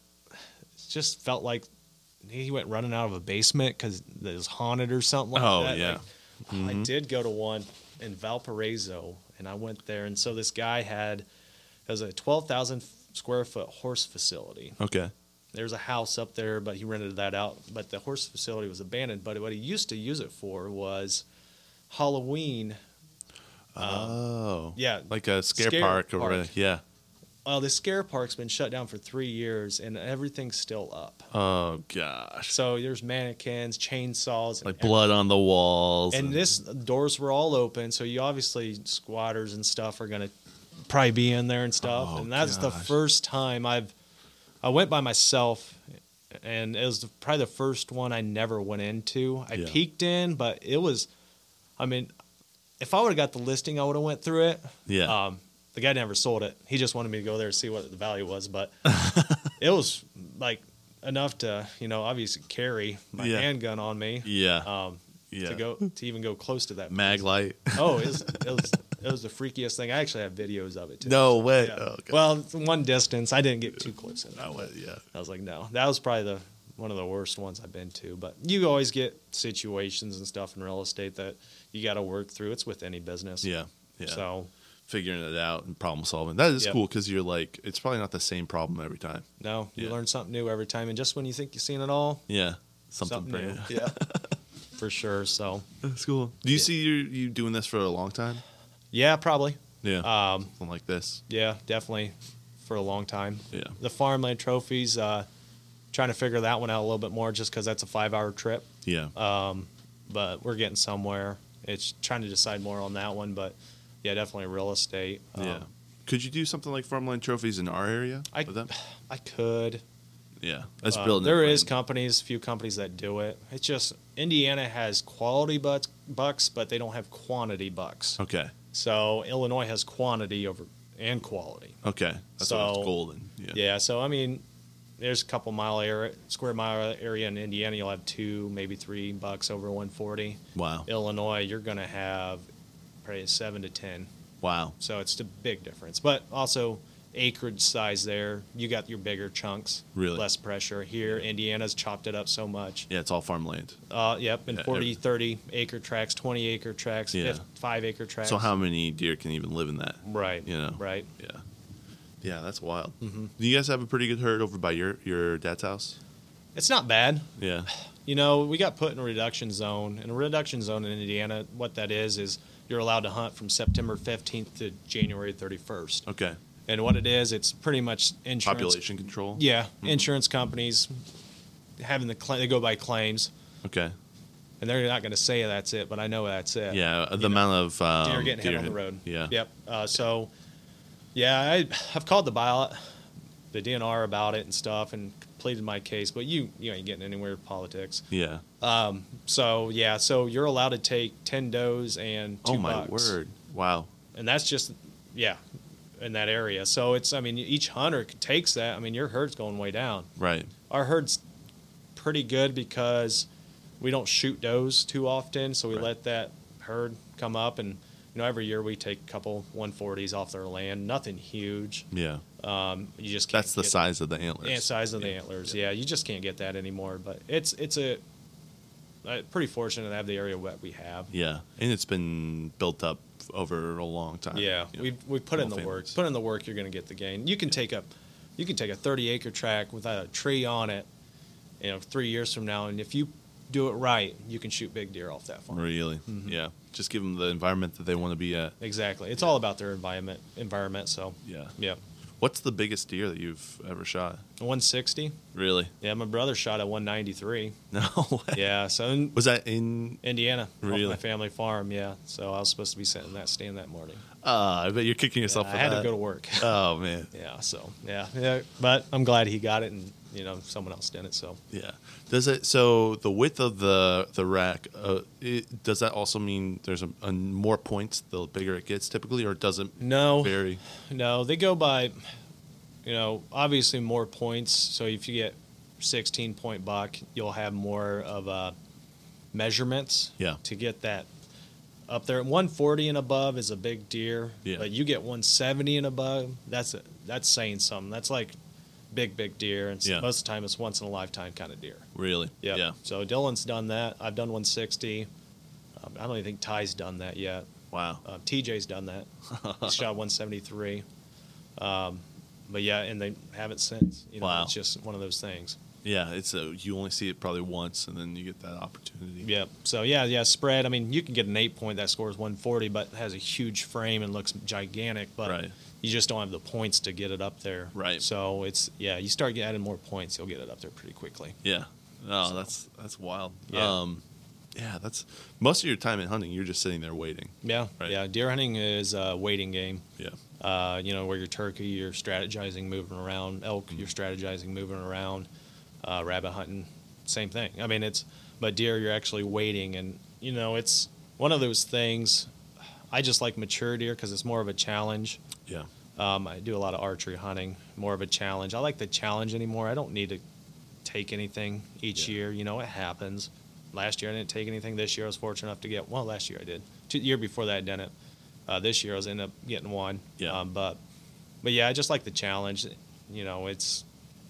just felt like he went running out of a basement because it was haunted or something like
Oh,
that.
yeah. Mm-hmm.
Like, I did go to one in Valparaiso, and I went there, and so this guy had it was a twelve thousand square foot horse facility.
okay.
There's a house up there, but he rented that out. But the horse facility was abandoned. But what he used to use it for was Halloween.
oh.
Yeah,
Like a scare,
Uh, Scare
park or
park.
whatever. Yeah.
well, the scare park's been shut down for three years, and everything's still up.
Oh gosh.
So there's mannequins, chainsaws, and
Like blood on the walls.
And this doors were all open, so you obviously squatters and stuff are gonna probably be in there and stuff.
Oh,
and that's the
gosh.
first time I've I went by myself, and it was the- probably the first one I never went into. I
Yeah.
peeked in, but it was, I mean, if I would have got the listing, I would have went through it.
yeah.
Um, the guy never sold it. He just wanted me to go there and see what the value
<laughs>
was, but it was like enough to you know obviously carry my
Yeah.
handgun on me.
yeah.
Um,
yeah.
to go to even go close to that.
Mag light.
Oh, it was, it was it was the freakiest thing. I actually have videos of it
<laughs>
too.
no way.
Yeah.
Oh, God.
Well, it's one distance. I didn't get too close enough.
no way. Yeah.
I was like, no, that was probably the one of the worst ones I've been to. But you always get situations and stuff in real estate that you got to work through. It's with any business.
Yeah. Yeah.
So
figuring it out and problem solving. That is
Yep.
cool because you're like, it's probably not the same problem every time.
no, you
Yeah.
learn something new every time, and just when you think you've seen it all,
Yeah, something, brand.
new.
<laughs>
Yeah, for sure. So
That's cool. Do you
Yeah.
see you you doing this for a long time?
yeah, probably.
Yeah,
Um,
something like this.
yeah, definitely for a long time.
Yeah,
the farmland trophies uh trying to figure that one out a little bit more just because that's a five hour trip
yeah,
but we're getting somewhere it's trying to decide more on that one but yeah definitely real estate Um,
yeah. Could you do something like farmland trophies in our area?
I-
with
<sighs>
them?
i could
Yeah, that's
Uh,
building.
there
a
is
plan.
companies few companies that do it it's just indiana has quality bucks, bucks but they don't have quantity bucks
okay,
so illinois has quantity over and quality
okay. That's why it's
So-
golden. Yeah,
Yeah, so I mean, there's a couple mile area, square mile area in Indiana. You'll have two, maybe three bucks over 140.
Wow,
Illinois, you're going to have probably seven to ten.
wow.
So it's a big difference. But also, acreage size there. You got your bigger chunks,
Really?
less pressure. Here, Indiana's chopped it up so much.
Yeah, it's all farmland.
Uh, yep, in
Yeah,
40,
every-
30 acre tracks, 20 acre tracks,
Yeah.
fif- five acre tracks.
So how many deer can even live in that?
Right.
You know.
Right.
Yeah. Yeah, that's wild. Mm-hmm. Do you guys have a pretty good herd over by your your dad's house?
It's not bad.
Yeah.
You know, we got put in a reduction zone. And a reduction zone in Indiana, what that is, is you're allowed to hunt from September 15th to January 31st.
Okay.
And what it is, it's pretty much insurance.
Population control.
Yeah. Insurance companies having the, cla they go by claims.
Okay.
And they're not going to say that's it, but I know that's it.
Yeah, the amount of um,
deer getting hit on the
hit-
road.
Yeah.
Yep. Uh, so, yeah, I, I've called the bio, the DNR about it and stuff, and pleaded my case. But you, you ain't getting anywhere with politics.
Yeah.
So yeah, so you're allowed to take ten does and two
Oh my
bucks.
word! Wow.
And that's just, yeah, in that area. So it's, I mean, each hunter takes that. I mean, your herd's going way down.
Right.
Our herd's pretty good because we don't shoot does too often, so we
Right.
let that herd come up and. You know, every year we take a couple 140s off their land. Nothing huge. Um,
Yeah.
You just can't
That's the
get-
size of the antlers.
yeah, size of the
Yeah.
antlers. Yeah. you just can't get that anymore. But it's it's a uh, pretty fortunate to have the area what we have.
Yeah, and it's been built up over a long time.
Yeah,
You know.
we've we put in the
Whole
work.
families.
Put in the work, you're going to get the gain. You can take a, you can take a 30 acre tract without a tree on it, you know, three years from now, and if you do it right, you can shoot big deer off that farm.
really.
Mm-hmm.
Yeah, just give them the environment that they want to be at.
Exactly. It's all about their environment. Environment. So
Yeah.
yeah,
What's the biggest deer that you've ever shot?
160.
Really? <laughs>
Yeah, my brother shot at 193.
No way.
Yeah, so in
Was that in?
Indiana, off
Really?
my family farm. Yeah, so I was supposed to be sitting in that stand that morning.
Uh, I bet you're kicking yourself.
I
for
had
that.
to go to work.
<laughs>
<laughs>
Oh man.
yeah, so yeah, yeah. But I'm glad he got it, and you know someone else did it. So
Yeah. Does it? So the width of the the rack. Uh, it, does that also mean there's a, a more points the bigger it gets typically, or does it
no,
vary?
no, they go by, you know, obviously more points. So if you get 16 point buck, you'll have more of uh, measurements.
Yeah.
To get that up there, 140 and above is a big deer.
Yeah.
But you get 170 and above, that's that's saying something. That's like big, big deer, and s-
Yeah.
most of the time it's once in a lifetime kind of deer.
Really?
Yep.
Yeah.
So Dylan's done that. I've done 160. Um, I don't even think Ty's done that yet.
Wow.
Uh, TJ's done
<laughs>
that. He's shot 173. Um, but yeah, and they haven't since. You know,
Wow.
It's just one of those things.
Yeah. It's a you only see it probably once, and then you get that opportunity.
Yep. So yeah, yeah, spread. I mean, you can get an eight point that scores 140, but has a huge frame and looks gigantic, but
Right.
you just don't have the points to get it up there.
Right.
So it's, yeah, you start adding more points, you'll get it up there pretty quickly.
Yeah. Oh,
So-
that's that's wild.
Yeah.
Um yeah, that's most of your time in hunting, you're just sitting there waiting.
Yeah.
Right.
Yeah. Deer hunting is a waiting game.
Yeah.
uh, you know, where you're turkey, you're strategizing, moving around. Elk, you're
Mm-hmm.
strategizing, moving around. Uh, rabbit hunting, same thing. I mean, it's but deer, you're actually waiting, and you know, it's one of those things. I just like mature deer because it's more of a challenge.
Yeah.
Um, I do a lot of archery hunting, more of a challenge. I like the challenge anymore. I don't need to take anything each
Yeah.
year. You know, it happens. Last year I didn't take anything. This year I was fortunate enough to get well. Last year I did. Two year before that I didn't. Uh, this year I was end up getting one.
Yeah.
Um, but but yeah, I just like the challenge. You know, it's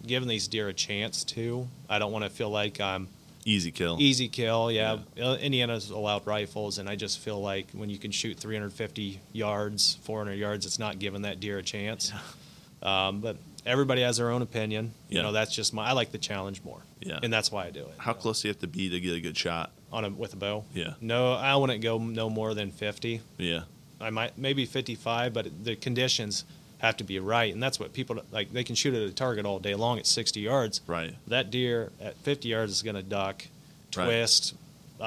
giving these deer a chance too. I don't want to feel like I'm
Easy kill.
easy kill. Yeah. Uh, Indiana's allowed rifles, and I just feel like when you can shoot 350 yards, 400 yards, it's not giving that deer a chance. Um, but everybody has their own opinion.
Yeah.
You know, that's just my. I like the challenge more.
Yeah.
And that's why I do it.
How
you know,
close do you have to be to get a good shot?
on a with a bow?
Yeah.
No, I wouldn't go no more than 50.
Yeah.
I might maybe 55, but the conditions have to be right, and that's what people like. They can shoot at a target all day long at 60 yards.
Right.
That deer at 50 yards is going to duck,
Right.
twist. Um,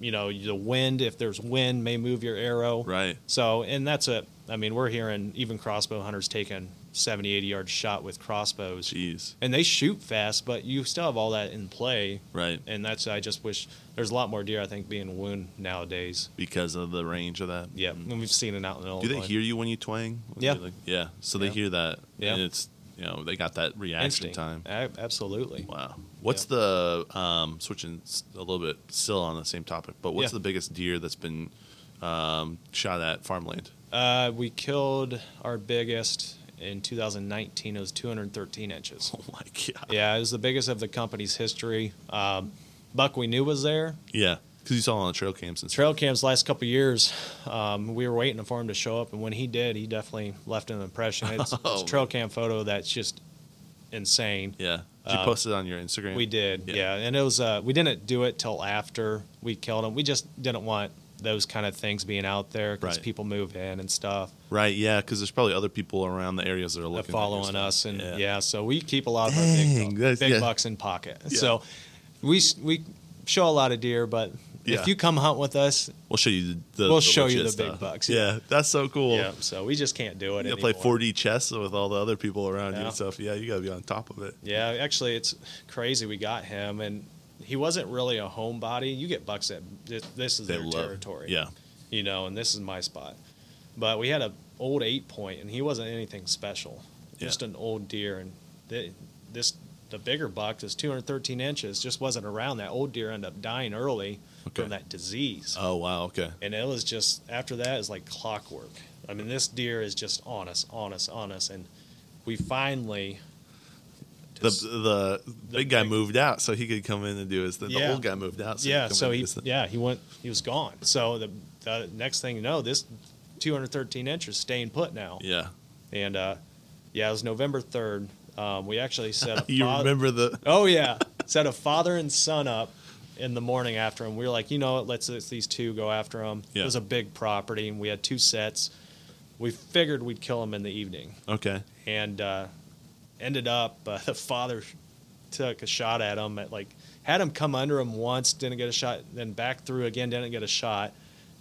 you know, the wind, if there's wind, may move your arrow.
Right.
So, and that's it. I mean, we're hearing even crossbow hunters taking 70, 80 yard shot with crossbows.
Jeez.
And they shoot fast, but you still have all that in play.
Right.
And that's, I just wish there's a lot more deer, I think, being wound nowadays.
Because of the range of that.
Yeah. And we've seen it out in Illinois.
Hmm. Do they hear you when you twang? When
Yeah.
you're like- yeah. So they
Yeah.
hear that.
Yeah.
And it's you know, they got that reaction
Instinct.
time.
A- absolutely.
Wow. What's the um, switching s- a little bit still on the same topic, but what's
Yeah.
the biggest deer that's been um, shot at farmland? <laughs>
Uh, we killed our biggest in 2019, it was 213 inches.
Oh my god.
Yeah, it was the biggest of the company's history. Um, buck we knew was there.
Yeah, because you saw on the trail cams and stuff.
Trail cams last couple years, um, we were waiting for him to show up, and when he did, he definitely left an impression.
<laughs>
It's, it's
Oh.
a trail cam photo that's just insane.
Yeah, Did you
Uh,
posted on your Instagram.
We did,
Yeah.
yeah. And it was uh, we didn't do it till after we killed him. We just didn't want those kind of things being out there because
Right.
people move in and stuff,
Right. Yeah, because there's probably other people around the areas that are
uh,
looking at your
following
stuff.
us, and
Yeah.
yeah. So we keep a lot of
Dang,
our big,
that's-
bucks- big
yeah.
bucks in pocket.
Yeah.
So we s- we show a lot of deer, but
Yeah.
if you come hunt with us,
We'll show you the.
We'll
the
show you
legit
the big
stuff.
bucks,
Yeah. that's so cool.
yeah. So we just can't do it.
You gotta
anymore.
play 4D chess with all the other people around you
Yeah.
and stuff. Yeah, you gotta be on top of it.
Yeah, actually, it's crazy. We got him, and he wasn't really a homebody. You get bucks that this, this is
They
their
love
territory.
Yeah,
you know, and this is my spot. But we had a old eight point, and he wasn't anything special,
Yeah.
just an old deer. And th- this the bigger buck, this 213 inches, just wasn't around. That old deer ended up dying early
Okay.
from that disease,
Oh wow. Okay.
and it was just after that is like clockwork. I mean, this deer is just on us, on us, on us, and we finally.
The the, big guy
big-
moved out, so he could come in and do his thing. The
Yeah.
old guy moved out. So
yeah,
could come
so
in and do
he
his thing.
yeah he went he was gone. So the, the next thing you know, this 213 inches staying put now.
Yeah.
And uh, yeah, it was November 3rd. Um, we actually
<laughs>
set a
You
fa-
remember the?
Oh yeah, set a father and son up in the morning after him. We were like, you know what? Let's, let these two go after him.
Yeah.
It was a big property, and we had two sets. We figured we'd kill him in the evening,
Okay.
and uh, ended up uh, <laughs> the father took a shot at him at like had him come under him once, didn't get a shot, then back through again, didn't get a shot.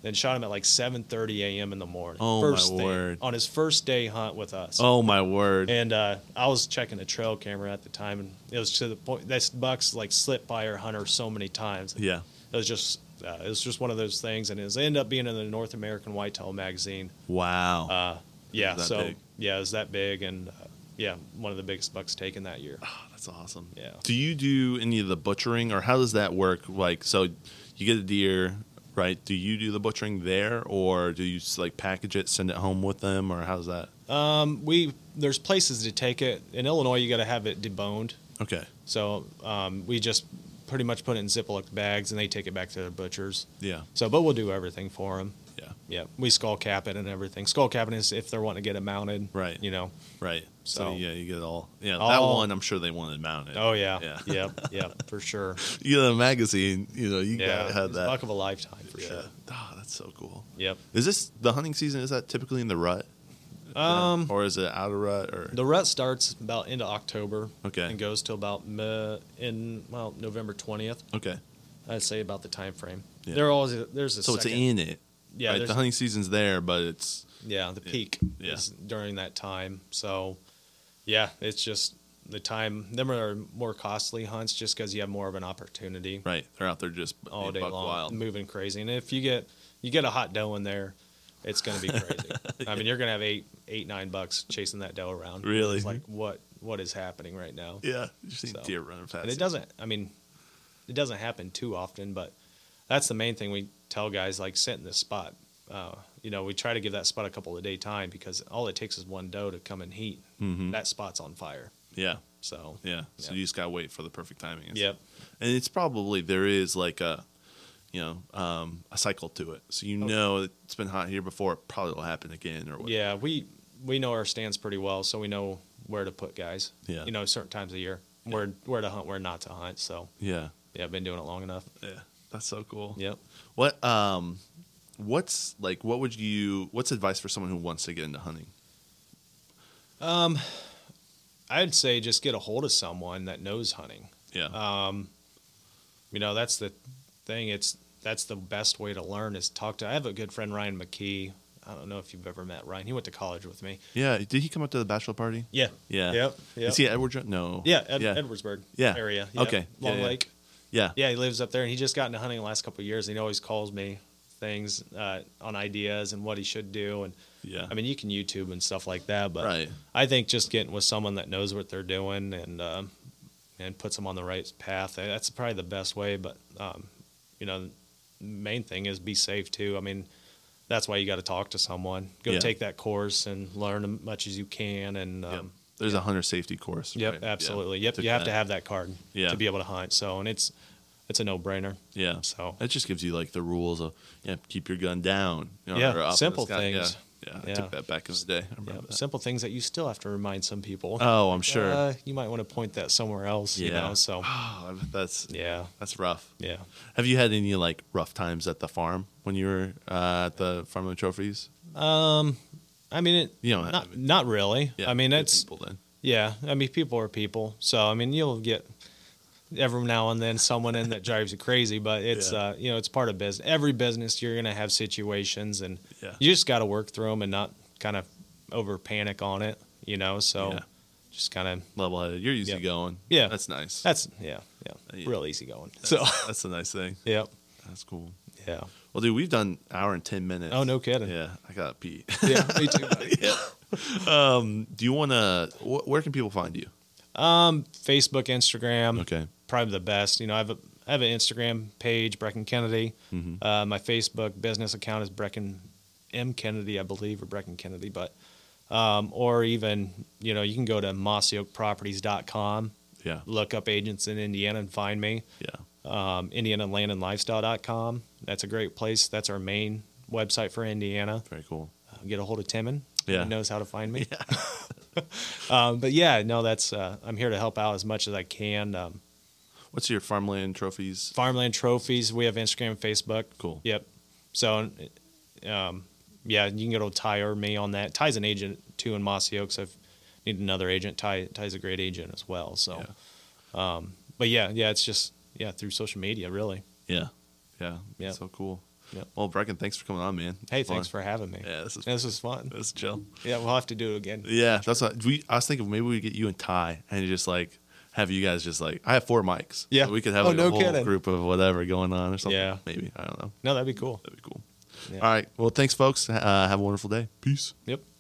Then shot him at like 7:30 a.m. in the morning.
Oh, my
first thing,
word.
On his first day hunt with us.
Oh my word.
And uh, I was checking the trail camera at the time, and it was to the point this buck's like slipped by our hunter so many times.
yeah.
It was just uh, it was just one of those things, and it was, ended up being in the North American Whitetail magazine.
Wow.
Uh, yeah,
that
so
big.
yeah, it was that big, and uh, yeah, one of the biggest bucks taken that year.
Oh, that's awesome.
Yeah.
Do you do any of the butchering, or how does that work? Like, so you get a deer, right? Do you do the butchering there, or do you just, like package it, send it home with them, or how's that?
Um, we there's places to take it in Illinois. You got to have it deboned,
Okay.
so um, we just pretty much put it in Ziploc bags, and they take it back to their butchers.
Yeah.
So, but we'll do everything for them.
Yeah.
Yeah, we skull cap it and everything. Skull capping is if they're wanting to get it mounted.
Right.
You know.
Right. So,
So-
yeah, you get all. Yeah. that
All-
one, I'm sure they wanted mounted.
Oh yeah.
Yeah.
<laughs> Yeah. Yeah. for sure.
You get a magazine. You know, <laughs> you
Yeah.
gotta have
it's
that.
Buck of a lifetime for
yeah.
sure.
Oh, that's so cool.
Yep.
Is this the hunting season? Is that typically in the rut?
Um,
or is it out of rut? Or
the rut starts about into October.
Okay.
And goes till about me- in well November twentieth.
okay.
I'd say about the time frame.
Yeah.
There always there's a
So
second,
it's in it.
Yeah,
Right? The
there's-
hunting season's there, but it's
yeah the peak
Yeah.
is during that time. So yeah, it's just the time. Them are more costly hunts just because you have more of an opportunity.
right. They're out there just
all
being
day
buck
long,
wild.
moving crazy. And if you get you get a hot doe in there, it's going to be
<laughs>
crazy. I mean, you're going to have eight, eight, nine bucks chasing that doe around.
Really?
It's like what what is happening right now?
Yeah, you've seen
So-
deer running past.
And it
you.
doesn't. I mean, it doesn't happen too often, but that's the main thing we tell guys like sit in this spot. Uh, you know, we try to give that spot a couple of day time because all it takes is one doe to come and heat.
Mm-hmm.
That spot's on fire.
Yeah,
So
yeah. So
Yeah.
you just gotta wait for the perfect timing. and
Yep.
stuff. And it's probably there is like a, you know, um, a cycle to it. So you know it's been hot here before. It probably will happen again or what.
Yeah, we we know our stands pretty well, so we know where to put guys.
Yeah.
You know, certain times of year where where to hunt, where not to hunt. So
yeah,
yeah, I've been doing it long enough.
yeah. That's so cool.
Yep.
What um, what's like? What would you? What's advice for someone who wants to get into hunting?
I'd say just get a hold of someone that knows hunting.
Yeah.
Uh, You know, that's the thing. It's that's the best way to learn is talk to. I have a good friend Ryan McKee. I don't know if you've ever met Ryan. He went to college with me.
yeah. Did he come up to the bachelor party?
Yeah.
Yeah.
Yep. Yep.
Is he at Edward? Jo- No.
yeah, Ed-
yeah.
Edwardsburg
Yeah.
area. Yep.
Okay. Yeah,
Long
yeah.
Lake.
Yeah.
Yeah, he lives up there, and he just got into hunting the last couple of years. And he always calls me things uh, on ideas and what he should do. And
Yeah.
I mean, you can YouTube and stuff like that, but
Right.
I think just getting with someone that knows what they're doing and um and puts them on the right path eh, that's probably the best way. But um, you know, the main thing is be safe too. I mean, that's why you got to talk to someone. Go
Yeah.
take that course and learn as much as you can. And um,
There's a hunter safety course.
yep,
right? Yeah.
absolutely. Yep,
Took
you have to
that.
have that card
Yeah.
to be able to hunt. So, and it's it's a no brainer.
Yeah.
So-
that just gives you like the rules of yeah, keep your gun down. you know,
Yeah,
or up in the
simple
sky.
things.
Yeah, yeah, I
Yeah.
took that back in the day. I remember that.
Simple things that you still have to remind some people.
Oh, I'm sure.
Uh, you might want to point that somewhere else.
yeah.
You know, so
<sighs> Oh, I bet that's
yeah,
that's rough.
yeah.
Have you had any like rough times at the farm when you were uh, at the farm of trophies?
Um, I mean, it,
You don't have
not
to.
not really. I mean,
good
it's
people then.
Yeah, I mean, people are people. So I mean, you'll get every now and then someone in that drives you crazy, but it's
Yeah.
uh, you know, it's part of business. Every business you're gonna have situations, and
Yeah.
you just got to work through them and not kind of over panic on it, you know. So
Yeah.
just kind of
level headed. You're easy going.
Yeah.
that's nice.
that's yeah, yeah,
Uh, Yeah.
real easy going. so <laughs>
That's- that's a nice thing.
yeah,
That's cool.
yeah.
Well, dude, we've done hour and ten minutes.
Oh no kidding. Yeah,
Yeah, I got beat. <laughs>
me too. buddy.
Do you want to? Wh- where can people find you?
Facebook, Instagram.
Okay.
probably the best. You know, I have a I have an Instagram page, Brecken Kennedy. Uh, my Facebook business account is Brecken M Kennedy, I believe, or Brecken Kennedy. But um, or even you know, you can go to mossyoakproperties.com,
Yeah.
look up agents in Indiana and find me.
Yeah.
Um, IndianaLandAndLifestyle.com. That's a great place. That's our main website for Indiana.
Very cool.
Uh, get a hold of Timmon.
Yeah.
He knows how to
<laughs>
find me. <laughs> um, but yeah, no, that's uh, I'm here to help out as much as I can. Um,
What's your farmland trophies?
farmland trophies. We have Instagram and Facebook.
Cool.
Yep. So, um, yeah, you can go to Ty or me on that. Ty's an agent too in Mossy Oaks. I've need another agent. Ty Ty's a great agent as well. So,
Yeah.
um, but yeah, yeah, it's just yeah through social media really.
Yeah. Yeah.
Yeah.
So cool.
Yep.
Well, Brecken, thanhanks for coming on, man.
Hey, thanks for having me.
Yeah, this is-
this is fun.
<laughs> That's chill.
Yeah, we'll have to do it again.
Yeah, that's what we. I was thinking maybe we get you and Ty and just like have you guys just like I have four mics.
Yeah.
So we could have
Oh,
like a
no
whole
kidding.
group of whatever going on or something.
Yeah.
Maybe I don't know.
No, that'd be cool.
That'd be cool.
Yeah.
All right. Well, thanks, folks. Uh, have a wonderful day. Peace.
Yep.